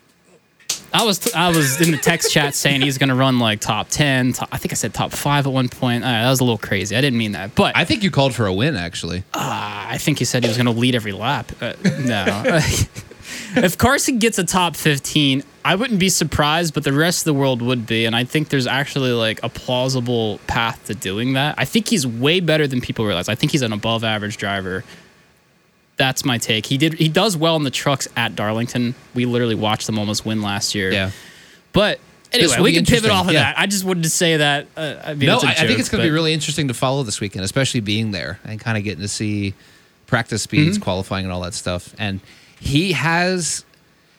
Speaker 6: I was I was in the text chat saying he's going to run like top ten. Top, I think I said top five at one point. Uh, that was a little crazy. I didn't mean that, but
Speaker 2: I think you called for a win, actually.
Speaker 6: I think he said he was going to lead every lap. Uh, no. if Carson gets a top 15, I wouldn't be surprised, but the rest of the world would be. And I think there's actually like a plausible path to doing that. I think he's way better than people realize. I think he's an above average driver. That's my take. He did he does well in the trucks at Darlington. We literally watched them almost win last year.
Speaker 2: Yeah.
Speaker 6: But anyway,
Speaker 2: will
Speaker 6: we
Speaker 2: be
Speaker 6: can pivot
Speaker 2: interesting.
Speaker 6: off of
Speaker 2: Yeah.
Speaker 6: that. I just wanted to say that. Uh, I mean,
Speaker 2: No,
Speaker 6: it's a
Speaker 2: I, I think
Speaker 6: joke,
Speaker 2: it's going to be
Speaker 6: but-
Speaker 2: really interesting to follow this weekend, especially being there and kind of getting to see practice speeds, qualifying, and all that stuff. And he has,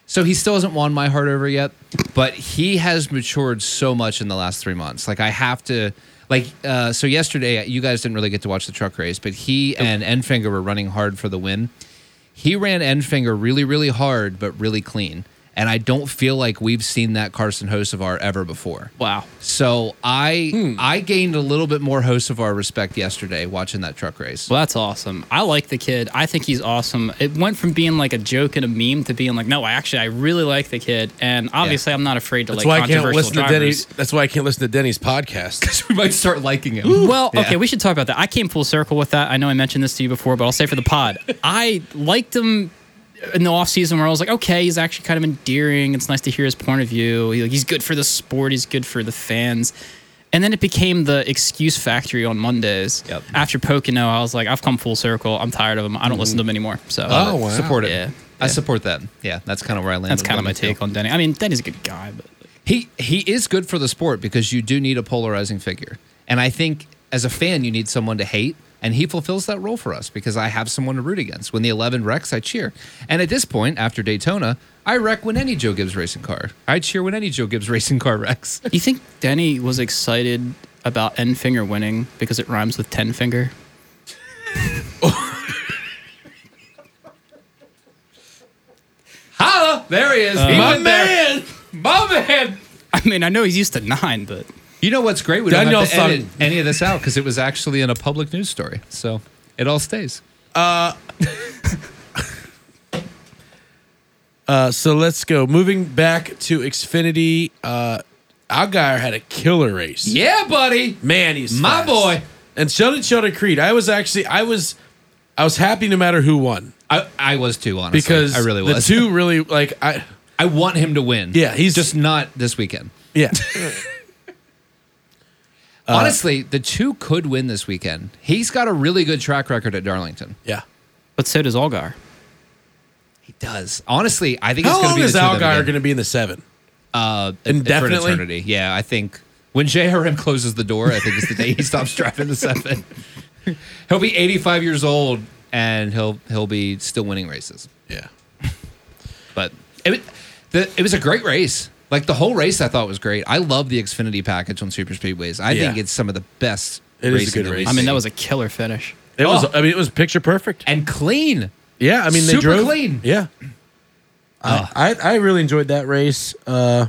Speaker 2: so he still hasn't won my heart over yet, but he has matured so much in the last three months. Like I have to, like, uh, so yesterday you guys didn't really get to watch the truck race, but he and Enfinger were running hard for the win. He ran Enfinger really, really hard, but really clean. And I don't feel like we've seen that Carson Hosevar ever before.
Speaker 6: wow.
Speaker 2: So I I gained a little bit more Hosevar respect yesterday watching that truck race.
Speaker 6: Well, that's awesome. I like the kid. I think he's awesome. It went from being like a joke and a meme to being like, no, I actually I really like the kid. And obviously, I'm not afraid to
Speaker 1: That's
Speaker 6: like
Speaker 1: why I can't
Speaker 6: controversial
Speaker 1: listen to
Speaker 6: drivers.
Speaker 1: Denny's. That's why I can't listen to Denny's podcast.
Speaker 2: we might start liking him.
Speaker 6: Well,
Speaker 2: Yeah.
Speaker 6: okay, we should talk about that. I came full circle with that. I know I mentioned this to you before, but I'll say for the pod, I liked him in the off season where I was like, okay, he's actually kind of endearing. It's nice to hear his point of view. He- he's good for the sport. He's good for the fans. And then it became the excuse factory on Mondays.
Speaker 2: Yep.
Speaker 6: After Pocono, I was like, I've come full circle. I'm tired of him. I don't listen to him anymore. So
Speaker 1: Oh, wow.
Speaker 2: Support it.
Speaker 6: Yeah.
Speaker 2: I support that. Yeah, that's kind of where I landed.
Speaker 6: that's kind of
Speaker 2: on
Speaker 6: my
Speaker 2: it,
Speaker 6: take
Speaker 2: too.
Speaker 6: on Denny. I mean, Denny's a good guy, but
Speaker 2: He he is good for the sport because you do need a polarizing figure, and I think as a fan you need someone to hate, and he fulfills that role for us because I have someone to root against. When the eleven wrecks, I cheer, and at this point after Daytona, I wreck when any Joe Gibbs racing car. I cheer when any Joe Gibbs racing car wrecks.
Speaker 6: you think Denny was excited about N finger winning because it rhymes with ten finger?
Speaker 2: Holla! There he is.
Speaker 1: Uh,
Speaker 2: He
Speaker 6: My
Speaker 2: went there. My man.
Speaker 6: I mean, I know he's used to nine, but
Speaker 2: You know what's great? We don't have to
Speaker 1: Danielson.
Speaker 2: edit any of this out because it was actually in a public news story. So it all stays.
Speaker 1: Uh, so let's go. Moving back to Xfinity, uh, Algar had a killer race.
Speaker 2: Yeah, buddy.
Speaker 1: Man, he's
Speaker 2: My
Speaker 1: fast.
Speaker 2: boy.
Speaker 1: And so did Sheldon Creed. I was actually, I was, I was happy no matter who won
Speaker 2: I, I was too, honestly.
Speaker 1: because
Speaker 2: I really was.
Speaker 1: the two really like I
Speaker 2: I want him to win.
Speaker 1: Yeah, he's-
Speaker 2: just not this weekend.
Speaker 1: yeah Uh,
Speaker 2: Honestly, the two could win this weekend. He's got a really good track record at Darlington.
Speaker 1: yeah.
Speaker 6: But so does Algar.
Speaker 2: He does. Honestly, I think it's
Speaker 1: How
Speaker 2: going to
Speaker 1: long
Speaker 2: be
Speaker 1: is
Speaker 2: the two of them
Speaker 1: Algar
Speaker 2: again.
Speaker 1: going to be in the seven?
Speaker 2: uh,
Speaker 1: Indefinitely?
Speaker 2: For an eternity. Yeah, I think when JRM closes the door, I think it's the day he stops driving the seven. he'll be 85 years old and he'll he'll be still winning races.
Speaker 1: Yeah.
Speaker 2: But it wa- the, it was a great race. Like the whole race, I thought was great. I love the Xfinity package on super speedways. I
Speaker 1: Yeah.
Speaker 2: think it's some of the best.
Speaker 1: It is a
Speaker 2: racing
Speaker 1: good
Speaker 2: that
Speaker 1: race.
Speaker 2: we've
Speaker 6: I mean, that
Speaker 2: seen.
Speaker 6: was a killer finish.
Speaker 1: It was.
Speaker 2: Oh.
Speaker 1: I mean, it was picture perfect.
Speaker 2: and clean.
Speaker 1: Yeah, I mean, they
Speaker 2: Super
Speaker 1: drove
Speaker 2: clean. Ah.
Speaker 1: Yeah, I, I I really enjoyed that race. Uh,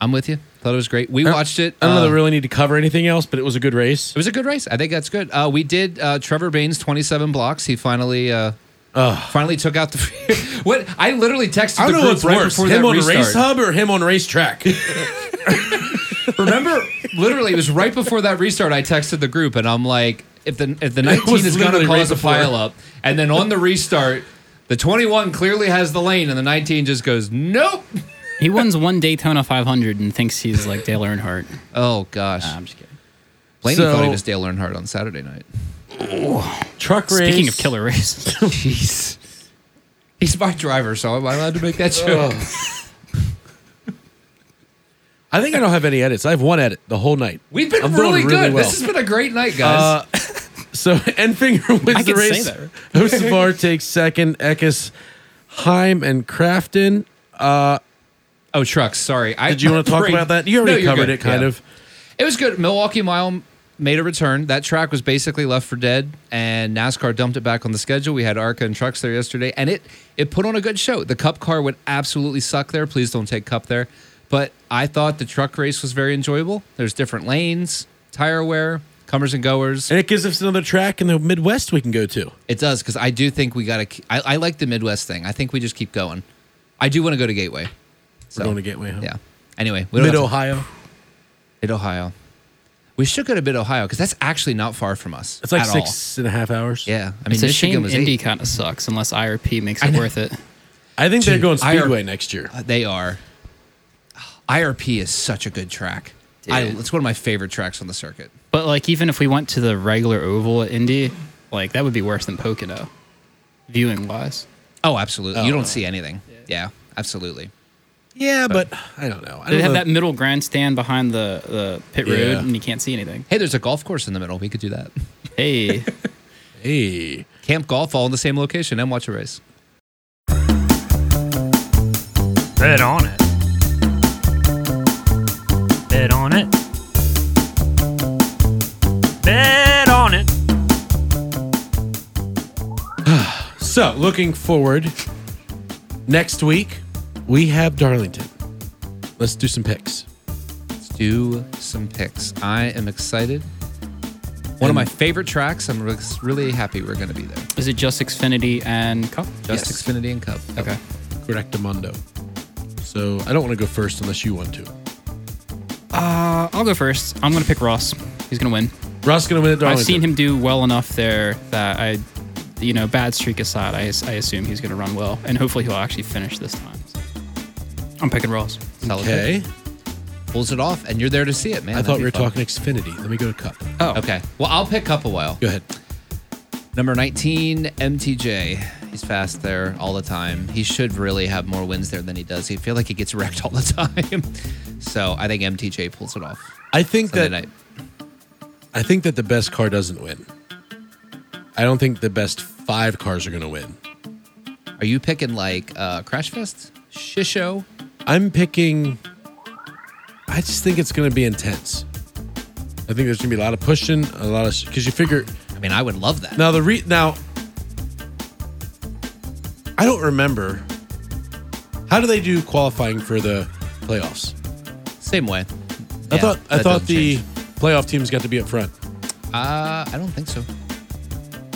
Speaker 2: I'm with you. Thought it was great. We
Speaker 1: I-
Speaker 2: watched it.
Speaker 1: I don't know
Speaker 2: uh,
Speaker 1: that we really need to cover anything else, but it was a good race.
Speaker 2: It was a good race. I think that's good. Uh, we did uh, Trevor Baines 27 blocks. He finally uh, finally took out the. what I literally texted
Speaker 1: I
Speaker 2: the
Speaker 1: don't know
Speaker 2: group
Speaker 1: what's
Speaker 2: right
Speaker 1: worse,
Speaker 2: before
Speaker 1: him
Speaker 2: that
Speaker 1: on
Speaker 2: restart.
Speaker 1: race hub or him on racetrack.
Speaker 2: Remember, literally, it was right before that restart. I texted the group and I'm like, if the if the 19
Speaker 1: was
Speaker 2: is going to
Speaker 1: literally right
Speaker 2: cause a
Speaker 1: before.
Speaker 2: pile up, and then on the restart, the 21 clearly has the lane, and the 19 just goes nope.
Speaker 6: He wins one Daytona 500 and thinks he's like Dale Earnhardt.
Speaker 2: Oh gosh,
Speaker 6: Nah, I'm just kidding.
Speaker 2: Blaney
Speaker 1: So-
Speaker 2: thought he was Dale Earnhardt on Saturday night.
Speaker 1: Truck race.
Speaker 6: Speaking of killer races,
Speaker 2: Jeez. He's my driver, so am I allowed to make that joke?
Speaker 1: I think I don't have any edits. I have one edit the whole night.
Speaker 2: We've been
Speaker 1: I'm doing
Speaker 2: really,
Speaker 1: really
Speaker 2: good.
Speaker 1: well. Uh,
Speaker 2: This has been a great night, guys.
Speaker 1: So Enfinger wins
Speaker 6: I
Speaker 1: the
Speaker 6: can say
Speaker 1: race.
Speaker 6: that.
Speaker 1: Hosvar takes second. Eckes, Heim, and Crafton.
Speaker 2: oh, trucks. Sorry. I,
Speaker 1: Did you want to talk about that? You
Speaker 2: No,
Speaker 1: already
Speaker 2: you're
Speaker 1: covered
Speaker 2: good.
Speaker 1: it, kind
Speaker 2: Yeah.
Speaker 1: of.
Speaker 2: It was good. Milwaukee Mile made a return. That track was basically left for dead, and NASCAR dumped it back on the schedule. We had ARCA and trucks there yesterday, and it it put on a good show. The Cup car would absolutely suck there. Please don't take Cup there. But I thought the truck race was very enjoyable. There's different lanes, tire wear, comers and goers.
Speaker 1: And it gives us another track in the Midwest we can go to.
Speaker 2: It does because I do think we got to. I, I like the Midwest thing. I think we just keep going. I do want to go to Gateway. So,
Speaker 1: We're going to Gateway. Huh?
Speaker 2: Yeah. Anyway, we don't
Speaker 1: Mid
Speaker 2: have to-
Speaker 1: Ohio.
Speaker 2: Mid Ohio. We should go to Mid Ohio because that's actually not far from us.
Speaker 1: It's like
Speaker 2: at all.
Speaker 1: six and a half hours.
Speaker 2: Yeah, I mean,
Speaker 6: it's a
Speaker 2: Michigan
Speaker 6: shame
Speaker 2: was
Speaker 6: Indy
Speaker 2: eight.
Speaker 6: kind of sucks unless IRP makes
Speaker 2: I
Speaker 6: it
Speaker 2: know.
Speaker 6: worth it.
Speaker 1: I think they're
Speaker 2: Dude,
Speaker 1: going
Speaker 2: I-
Speaker 1: Speedway next year.
Speaker 2: Uh, They are. IRP is such a good track. I,
Speaker 6: Dude.
Speaker 2: it's one of my favorite tracks on the circuit.
Speaker 6: But like, even if we went to the regular oval at Indy, like that would be worse than Pocono, viewing wise.
Speaker 2: Oh, absolutely. you don't see anything. Yeah, absolutely.
Speaker 1: Yeah, but I don't know. I
Speaker 6: They
Speaker 1: don't
Speaker 6: have
Speaker 1: know.
Speaker 6: that middle grandstand behind the, the pit road,
Speaker 1: Yeah.
Speaker 6: and you can't see anything.
Speaker 2: Hey, there's a golf course in the middle. We could do that.
Speaker 6: Hey,
Speaker 1: Hey.
Speaker 2: Camp golf, all in the same location, and watch a race.
Speaker 5: Bet on it. Bet on it. Bet on it.
Speaker 1: So, looking forward, next week we have Darlington. Let's do some picks.
Speaker 2: do some picks. I am excited. One of my favorite tracks. I'm re- really happy we're going to be there.
Speaker 6: is it just Xfinity and Cup?
Speaker 2: Just
Speaker 1: Yes.
Speaker 2: Xfinity and Cup.
Speaker 6: Okay.
Speaker 1: Correctamundo. So, I don't want to go first unless you want to.
Speaker 6: Uh, I'll go first. I'm gonna pick Ross. He's gonna win.
Speaker 1: Ross going to win at Darlington.
Speaker 6: I've seen him do well enough there that I, you know, bad streak aside, I, I assume he's gonna run well, and hopefully he'll actually finish this time. So, I'm picking Ross.
Speaker 2: Solid
Speaker 1: Okay.
Speaker 2: pick. Pulls it off, and you're there to see it, man.
Speaker 1: I
Speaker 2: That'd
Speaker 1: thought
Speaker 2: be
Speaker 1: we were
Speaker 2: fun.
Speaker 1: talking Xfinity. Let me go to Cup.
Speaker 6: Oh,
Speaker 2: Okay. Well, I'll pick Cup a while.
Speaker 1: Go ahead.
Speaker 2: Number 19, MTJ. He's fast there all the time. He should really have more wins there than he does. He feel like he gets wrecked all the time. so I think MTJ pulls it off
Speaker 1: I think
Speaker 2: Sunday
Speaker 1: that
Speaker 2: night.
Speaker 1: I think that the best car doesn't win. I don't think the best five cars are going to win.
Speaker 2: Are you picking like uh, Crash Fest, Shisho?
Speaker 1: I'm picking. I just think it's going to be intense. I think there's going to be a lot of pushing, a lot of because you figure
Speaker 2: I mean, I would love that.
Speaker 1: now the re now. I don't remember. How do they do qualifying for the playoffs?
Speaker 2: Same way.
Speaker 1: I
Speaker 2: Yeah,
Speaker 1: thought I
Speaker 2: that
Speaker 1: thought
Speaker 2: doesn't
Speaker 1: the
Speaker 2: change.
Speaker 1: playoff teams got to be up front.
Speaker 2: Uh, I don't think so.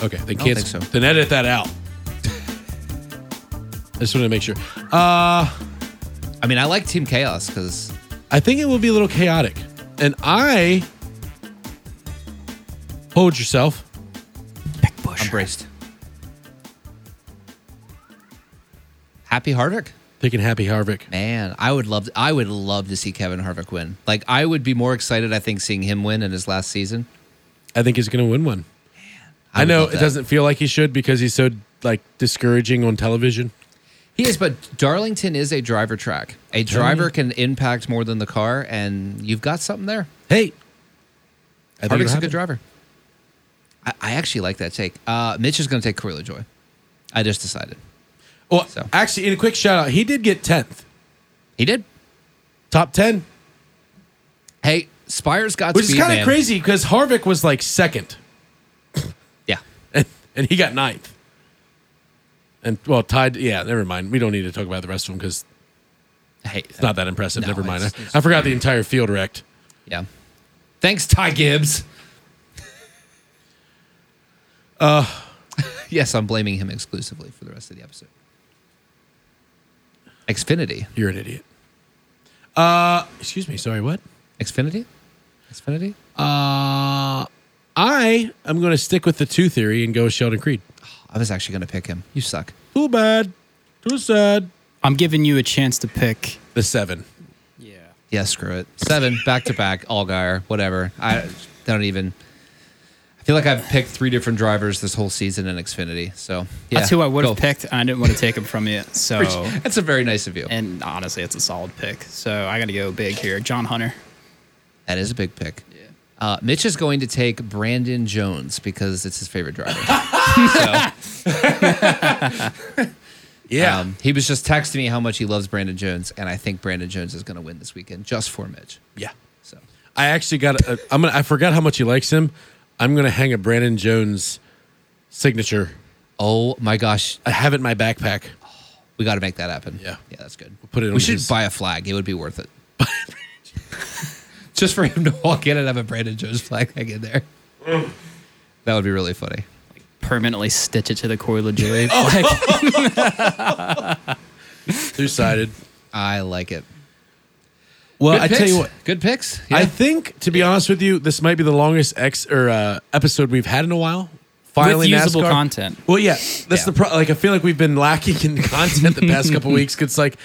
Speaker 1: Okay, they
Speaker 2: don't
Speaker 1: can't.
Speaker 2: think so.
Speaker 1: Then edit that out. I just wanted to make sure. Uh,
Speaker 2: I mean, I like Team Chaos because
Speaker 1: I think it will be a little chaotic. And I hold yourself.
Speaker 2: I'm braced. Happy Harvick,
Speaker 1: Picking Happy Harvick.
Speaker 2: man. I would love. I would love to see Kevin Harvick win. Like, I would be more excited. I think seeing him win in his last season.
Speaker 1: I think he's going to win one. I,
Speaker 2: would
Speaker 1: know
Speaker 2: love
Speaker 1: it
Speaker 2: that.
Speaker 1: doesn't feel like he should because he's so like discouraging on television.
Speaker 2: He is, but Darlington is a driver track. A driver can impact more than the car, and you've got something there.
Speaker 1: Hey, I think
Speaker 2: Harvick's
Speaker 1: it'll
Speaker 2: a good
Speaker 1: happen.
Speaker 2: driver. I, I actually like that take. Uh, Mitch is going to take Carrillo Joy. I just decided.
Speaker 1: Well,
Speaker 2: So.
Speaker 1: actually, in a quick shout out, he did get tenth,
Speaker 2: He did.
Speaker 1: top ten,
Speaker 2: Hey, Spires got
Speaker 1: which is kind of crazy because Harvick was like second,
Speaker 2: Yeah.
Speaker 1: and, and he got ninth, and well tied. Yeah, never mind. We don't need to talk about the rest of them because
Speaker 2: Hey,
Speaker 1: it's not that impressive.
Speaker 2: No,
Speaker 1: never mind.
Speaker 2: it's-
Speaker 1: I-
Speaker 2: it's-
Speaker 1: I forgot the entire field wrecked.
Speaker 2: yeah. Thanks, Ty Gibbs. Uh, yes, I'm blaming him exclusively for the rest of the episode. Xfinity.
Speaker 1: You're an idiot. Uh, excuse me. Sorry. What?
Speaker 2: Xfinity? Xfinity?
Speaker 1: Uh, I am going to stick with the two theory and go Sheldon Creed.
Speaker 2: I was actually going to pick him. You suck.
Speaker 1: Too bad. Too sad.
Speaker 6: I'm giving you a chance to pick.
Speaker 1: The seven.
Speaker 6: Yeah.
Speaker 2: Yeah, screw it. Seven, back to back, Allgaier, whatever. I don't even. I feel like I've picked three different drivers this whole season in Xfinity. So yeah,
Speaker 6: That's who I would
Speaker 2: go.
Speaker 6: have picked. and I didn't want to take him from you. So,
Speaker 2: That's a very nice of you.
Speaker 6: and honestly, it's a solid pick. So I got to go big here. John Hunter.
Speaker 2: That is a big pick. Uh, Mitch is going to take Brandon Jones because it's his favorite driver. so,
Speaker 1: Yeah.
Speaker 2: um, he was just texting me how much he loves Brandon Jones, and I think Brandon Jones is going to win this weekend just for Mitch.
Speaker 1: yeah.
Speaker 2: So
Speaker 1: I actually got. A, I'm gonna. I forgot how much he likes him. I'm gonna hang a Brandon Jones signature.
Speaker 2: oh my gosh,
Speaker 1: I have it in my backpack.
Speaker 2: we got to make that happen.
Speaker 1: Yeah.
Speaker 2: yeah, that's good.
Speaker 1: put it on
Speaker 2: We should
Speaker 1: his-
Speaker 2: buy a flag. It would be worth it. Just for him to walk in and have a Brandon Jones flag hang in there.
Speaker 1: Mm.
Speaker 2: that would be really funny.
Speaker 6: Permanently stitch it to the Corey LaJoy.
Speaker 1: Oh, Two sided.
Speaker 2: I like it.
Speaker 1: well,
Speaker 2: Good
Speaker 1: I tell
Speaker 2: picks.
Speaker 1: you what.
Speaker 2: good picks.
Speaker 1: I
Speaker 2: Yeah.
Speaker 1: think, to be honest with you, this might be the longest ex or uh, episode we've had in a while. Finally,
Speaker 6: usable
Speaker 1: NASCAR.
Speaker 6: content.
Speaker 1: Well, yeah, that's the pro- like. I feel like we've been lacking in content the past couple weeks. 'cause it's like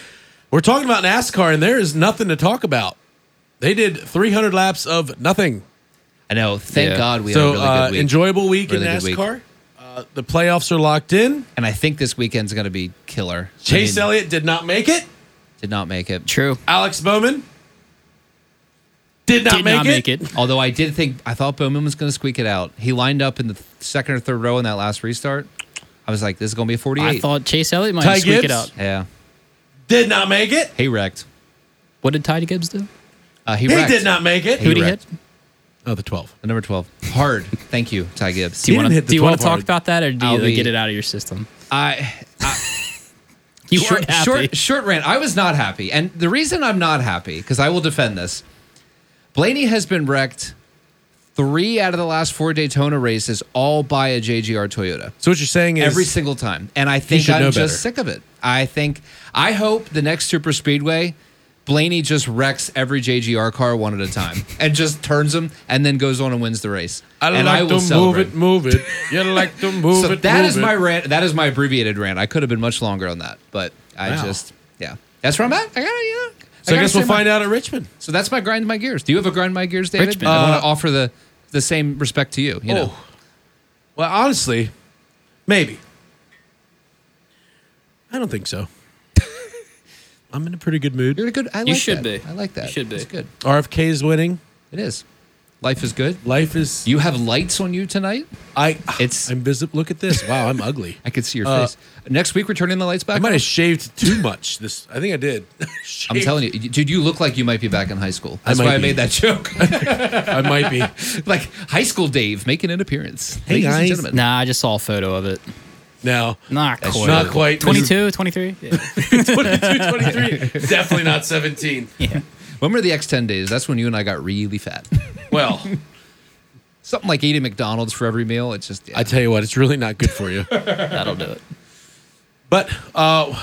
Speaker 1: we're talking about NASCAR, and there is nothing to talk about. They did 300 laps of nothing.
Speaker 2: I know. Thank
Speaker 6: Yeah.
Speaker 2: God we had
Speaker 1: so
Speaker 2: a really
Speaker 1: uh,
Speaker 2: good week.
Speaker 1: enjoyable week
Speaker 2: Really
Speaker 1: in
Speaker 2: good week.
Speaker 1: NASCAR. Uh, the playoffs are locked in.
Speaker 2: and I think this weekend's going to be killer.
Speaker 1: Chase
Speaker 2: I mean,
Speaker 1: Elliott did not make it.
Speaker 2: did not make it.
Speaker 6: True.
Speaker 1: Alex Bowman did not,
Speaker 6: Did
Speaker 1: make,
Speaker 6: not
Speaker 1: it.
Speaker 6: make it.
Speaker 2: Although I did think I thought Bowman was going to squeak it out. He lined up in the th- second or third row in that last restart. I was like, this is going to be a 48.
Speaker 6: I thought Chase Elliott might
Speaker 1: Ty
Speaker 6: squeak it
Speaker 1: Gibbs?
Speaker 6: out.
Speaker 2: yeah.
Speaker 1: Did not make it.
Speaker 2: He wrecked.
Speaker 6: What did Ty Gibbs do?
Speaker 2: Uh, he
Speaker 1: He
Speaker 2: wrecked.
Speaker 1: did not make it.
Speaker 6: Who did he
Speaker 2: wrecked.
Speaker 6: hit?
Speaker 1: Oh, the 12.
Speaker 2: The number 12. Hard. Thank you, Ty Gibbs.
Speaker 6: Do
Speaker 1: He
Speaker 6: you want
Speaker 1: didn't
Speaker 6: to
Speaker 1: hit the
Speaker 6: do you
Speaker 1: 12
Speaker 6: want to talk
Speaker 1: hard.
Speaker 6: about that or do
Speaker 2: I'll
Speaker 6: you
Speaker 2: be-
Speaker 6: like, get it out of your system?
Speaker 2: I,
Speaker 6: You
Speaker 2: short,
Speaker 6: weren't happy.
Speaker 2: short short rant. I was not happy, and the reason I'm not happy because I will defend this. Blaney has been wrecked three out of the last four Daytona races, all by a JGR Toyota.
Speaker 1: So what you're saying is
Speaker 2: Every single time, and I think
Speaker 1: should
Speaker 2: I'm
Speaker 1: know
Speaker 2: just
Speaker 1: better.
Speaker 2: sick of it. I think I hope the next Super Speedway, Blaney just wrecks every JGR car one at a time and just turns them, and then goes on and wins the race.
Speaker 1: I
Speaker 2: and
Speaker 1: like to move it, move it. You like to move
Speaker 2: so
Speaker 1: it.
Speaker 2: that
Speaker 1: move
Speaker 2: is
Speaker 1: it.
Speaker 2: my rant. That is my abbreviated rant. I could have been much longer on that, but I
Speaker 1: Wow.
Speaker 2: just yeah. That's where I'm at. I gotta you know.
Speaker 1: So I,
Speaker 2: gotta
Speaker 1: guess
Speaker 2: say
Speaker 1: we'll
Speaker 2: my-
Speaker 1: find out at Richmond.
Speaker 2: So that's my grind my gears. Do you have a grind my gears, David?
Speaker 6: Richmond.
Speaker 2: I want
Speaker 1: Uh,
Speaker 2: to offer the the same respect to you. You know,
Speaker 1: Oh. Well, honestly, maybe. I don't think so. I'm in a pretty good mood.
Speaker 2: you're a good. I like
Speaker 6: You should
Speaker 2: that.
Speaker 6: be.
Speaker 2: I like that.
Speaker 6: You should be.
Speaker 2: It's good.
Speaker 1: RFK is winning.
Speaker 2: It is. Life is good.
Speaker 1: Life is.
Speaker 2: You have lights on you tonight.
Speaker 1: I.
Speaker 2: It's-
Speaker 1: I'm visible. Look at this. Wow, I'm ugly.
Speaker 2: I could see your
Speaker 1: Uh,
Speaker 2: face. Next week, we're turning the lights
Speaker 1: I
Speaker 2: back.
Speaker 1: might
Speaker 2: on.
Speaker 1: have shaved too much. This. I think I did.
Speaker 2: I'm telling you, dude. You look like you might be back in high school. That's
Speaker 1: might
Speaker 2: why I
Speaker 1: be.
Speaker 2: made that joke.
Speaker 1: I might be.
Speaker 2: like high school Dave making an appearance.
Speaker 1: Hey,
Speaker 2: Ladies and
Speaker 1: guys.
Speaker 2: gentlemen.
Speaker 6: Nah, I just saw a photo of it.
Speaker 1: Now.
Speaker 6: Not
Speaker 2: That's
Speaker 6: quite.
Speaker 1: Not quite.
Speaker 6: 22, 23? Yeah.
Speaker 1: 22, 23. Definitely not 17.
Speaker 2: Remember the X10 days? That's when you and I got really fat.
Speaker 1: Well,
Speaker 2: Something like eating McDonald's for every meal. It's just yeah.
Speaker 1: I tell you what, it's really not good for you.
Speaker 6: That'll do it.
Speaker 1: But uh,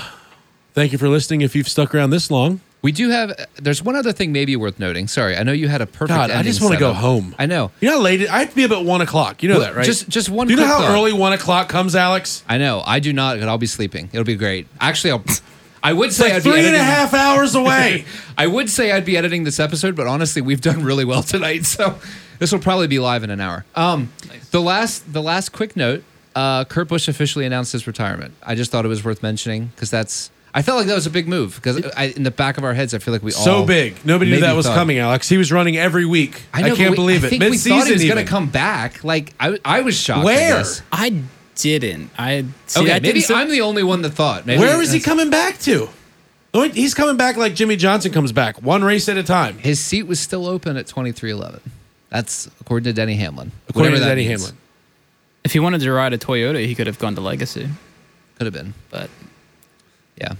Speaker 1: Thank you for listening. If you've stuck around this long,
Speaker 2: We do have. There's one other thing maybe worth noting. Sorry, I know you had a perfect.
Speaker 1: God, I
Speaker 2: ending
Speaker 1: just want to
Speaker 2: set
Speaker 1: go
Speaker 2: up.
Speaker 1: home.
Speaker 2: I know.
Speaker 1: You know, late. I have to be up at one o'clock. You know
Speaker 2: Well,
Speaker 1: that, right?
Speaker 2: just- just one
Speaker 1: Do you know
Speaker 2: quick
Speaker 1: how
Speaker 2: thought.
Speaker 1: early one o'clock comes, Alex?
Speaker 2: I know. I do not. 'cause I'll be sleeping. It'll be great. Actually, I'll. I would
Speaker 1: It's
Speaker 2: say
Speaker 1: like
Speaker 2: I'd be
Speaker 1: three and a
Speaker 2: editing-
Speaker 1: half hours away.
Speaker 2: I would say I'd be editing this episode, but honestly, we've done really well tonight, so this will probably be live in an hour. Um, the last, the last quick note: uh, Kurt Busch officially announced his retirement. I just thought it was worth mentioning because that's. I felt like that was a big move because in the back of our heads, I feel like we all
Speaker 1: so big. Nobody knew
Speaker 2: Oh, maybe
Speaker 1: that was
Speaker 2: thought-
Speaker 1: coming, Alex. He was running every week. I,
Speaker 2: but
Speaker 1: can't
Speaker 2: we-
Speaker 1: believe
Speaker 2: I
Speaker 1: it.
Speaker 2: think
Speaker 1: Mid
Speaker 2: we thought he
Speaker 1: season,
Speaker 2: was
Speaker 1: even.
Speaker 2: going to come back. Like I, I was shocked. I
Speaker 1: Where?
Speaker 2: guess.
Speaker 6: I didn't. I see,
Speaker 2: Okay,
Speaker 6: I
Speaker 2: maybe
Speaker 6: didn't sit-
Speaker 2: I'm the only one that thought. Maybe
Speaker 1: Where is he
Speaker 2: that's-
Speaker 1: coming back to? Oh, He's coming back like Jimmy Johnson comes back, one race at a time.
Speaker 2: His seat was still open at 2311. That's according to Denny Hamlin.
Speaker 1: According to
Speaker 2: Whatever that
Speaker 1: Denny
Speaker 2: means.
Speaker 1: Hamlin.
Speaker 6: if he wanted to ride a Toyota, he could have gone to Legacy,
Speaker 2: Could have been.
Speaker 6: but
Speaker 2: Yeah.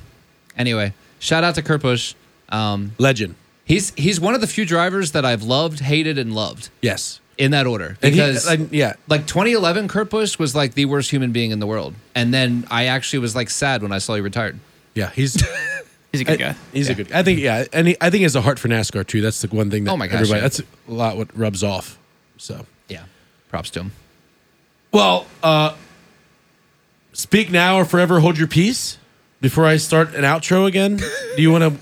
Speaker 2: Anyway, shout out to Kurt Busch. Um,
Speaker 1: Legend.
Speaker 2: he's he's one of the few drivers that I've loved, hated, and loved
Speaker 1: Yes.
Speaker 2: in that order
Speaker 1: And he-
Speaker 2: because
Speaker 1: like, yeah.
Speaker 2: like 2011, Kurt Busch was like the worst human being in the world, and then I actually was like sad when I saw he retired.
Speaker 1: Yeah. He's
Speaker 6: he's a good guy.
Speaker 1: he's a good. I think yeah, and he, I think he has a heart for NASCAR too. That's the one thing that
Speaker 2: Oh my gosh,
Speaker 1: everybody.
Speaker 2: yeah.
Speaker 1: That's a lot what rubs off. So
Speaker 2: Yeah. Props to him.
Speaker 1: well, uh, speak now or forever hold your peace. Before I start an outro again, do you want to?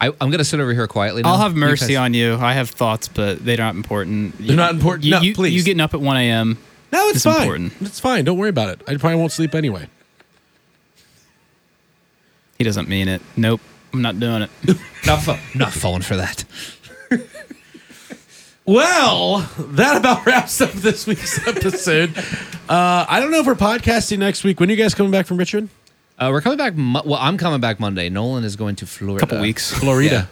Speaker 2: I, I'm gonna sit over here quietly. Now
Speaker 6: I'll have mercy
Speaker 2: because-
Speaker 6: on you. I have thoughts, but they're not important. They're
Speaker 1: not important?
Speaker 6: You,
Speaker 1: No,
Speaker 6: you,
Speaker 1: please.
Speaker 6: You getting up at 1 a.m.
Speaker 1: No, it's,
Speaker 6: It's
Speaker 1: fine.
Speaker 6: important.
Speaker 1: It's fine. Don't worry about it. I probably won't sleep anyway.
Speaker 6: He doesn't mean it. Nope. I'm not doing it.
Speaker 2: Not, fa- not falling for that.
Speaker 1: Well, that about wraps up this week's episode. Uh, I don't know if we're podcasting next week. When are you guys coming back from Richmond?
Speaker 2: Uh, we're coming back. Mo- well, I'm coming back Monday. Nolan is going to Florida.
Speaker 6: couple weeks.
Speaker 1: Florida.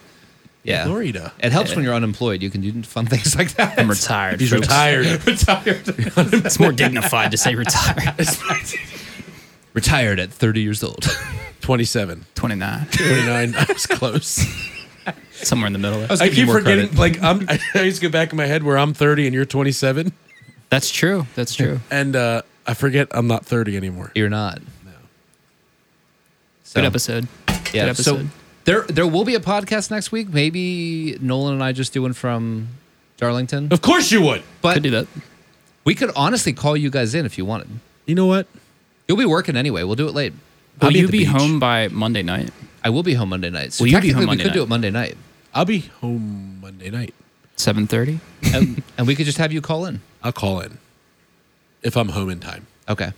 Speaker 2: Yeah.
Speaker 1: Florida.
Speaker 2: It helps when you're unemployed. You can do fun things like that.
Speaker 6: I'm retired.
Speaker 1: He's
Speaker 6: folks.
Speaker 1: retired.
Speaker 2: retired.
Speaker 6: It's more dignified to say retired.
Speaker 2: retired at 30 years old.
Speaker 1: 27.
Speaker 6: 29.
Speaker 1: 29. I was close.
Speaker 6: Somewhere in the middle.
Speaker 2: was
Speaker 1: I
Speaker 2: giving
Speaker 1: keep
Speaker 2: you more
Speaker 1: forgetting.
Speaker 2: credit.
Speaker 1: Like I'm. I always go back in my head where I'm 30 and you're 27,
Speaker 6: That's true. That's true.
Speaker 1: and uh, I forget I'm not 30 anymore.
Speaker 2: You're not. No. So,
Speaker 6: Good episode.
Speaker 2: Yeah.
Speaker 6: Good
Speaker 2: So
Speaker 6: episode.
Speaker 2: there, there will be a podcast next week. Maybe Nolan and I just do one from Darlington.
Speaker 1: Of course you would.
Speaker 2: But
Speaker 6: Could do that.
Speaker 2: we could honestly call you guys in if you wanted.
Speaker 1: You know what?
Speaker 2: You'll be working anyway. We'll do it late.
Speaker 1: I'll
Speaker 6: Will
Speaker 1: be at
Speaker 6: you
Speaker 1: the
Speaker 6: be
Speaker 1: beach.
Speaker 6: home by Monday night?
Speaker 2: I will be home Monday night. So
Speaker 6: Will you be
Speaker 2: technically,
Speaker 6: home
Speaker 2: we
Speaker 6: Monday
Speaker 2: could do
Speaker 6: night?
Speaker 2: it Monday night,
Speaker 1: I'll be home Monday night.
Speaker 6: 7.30?
Speaker 2: and, and we could just have you call in.
Speaker 1: I'll call in if I'm home in time
Speaker 2: Okay.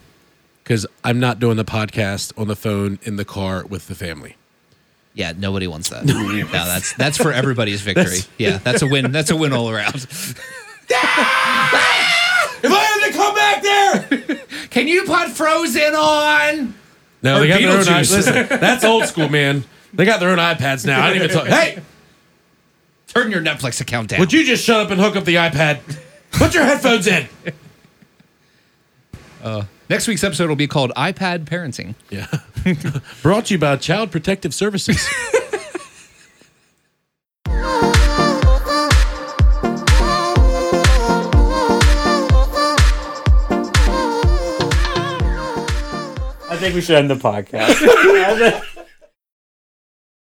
Speaker 1: because I'm not doing the podcast on the phone in the car with the family.
Speaker 2: Yeah, nobody wants that. no, that's that's for everybody's victory. yeah, that's a win. That's a win all around.
Speaker 1: If I had to come back there,
Speaker 2: Can you put Frozen on?
Speaker 1: no,
Speaker 2: Or
Speaker 1: they got their own.
Speaker 2: Beetlejuice.
Speaker 1: Listen, that's old school, man. They got their own iPads now. I didn't even talk. Hey,
Speaker 2: Turn your Netflix account down.
Speaker 1: would you just shut up and hook up the iPad? Put your headphones in.
Speaker 2: Next week's episode will be called iPad Parenting.
Speaker 1: Yeah. Brought to you by Child Protective Services.
Speaker 7: I think we should end the podcast.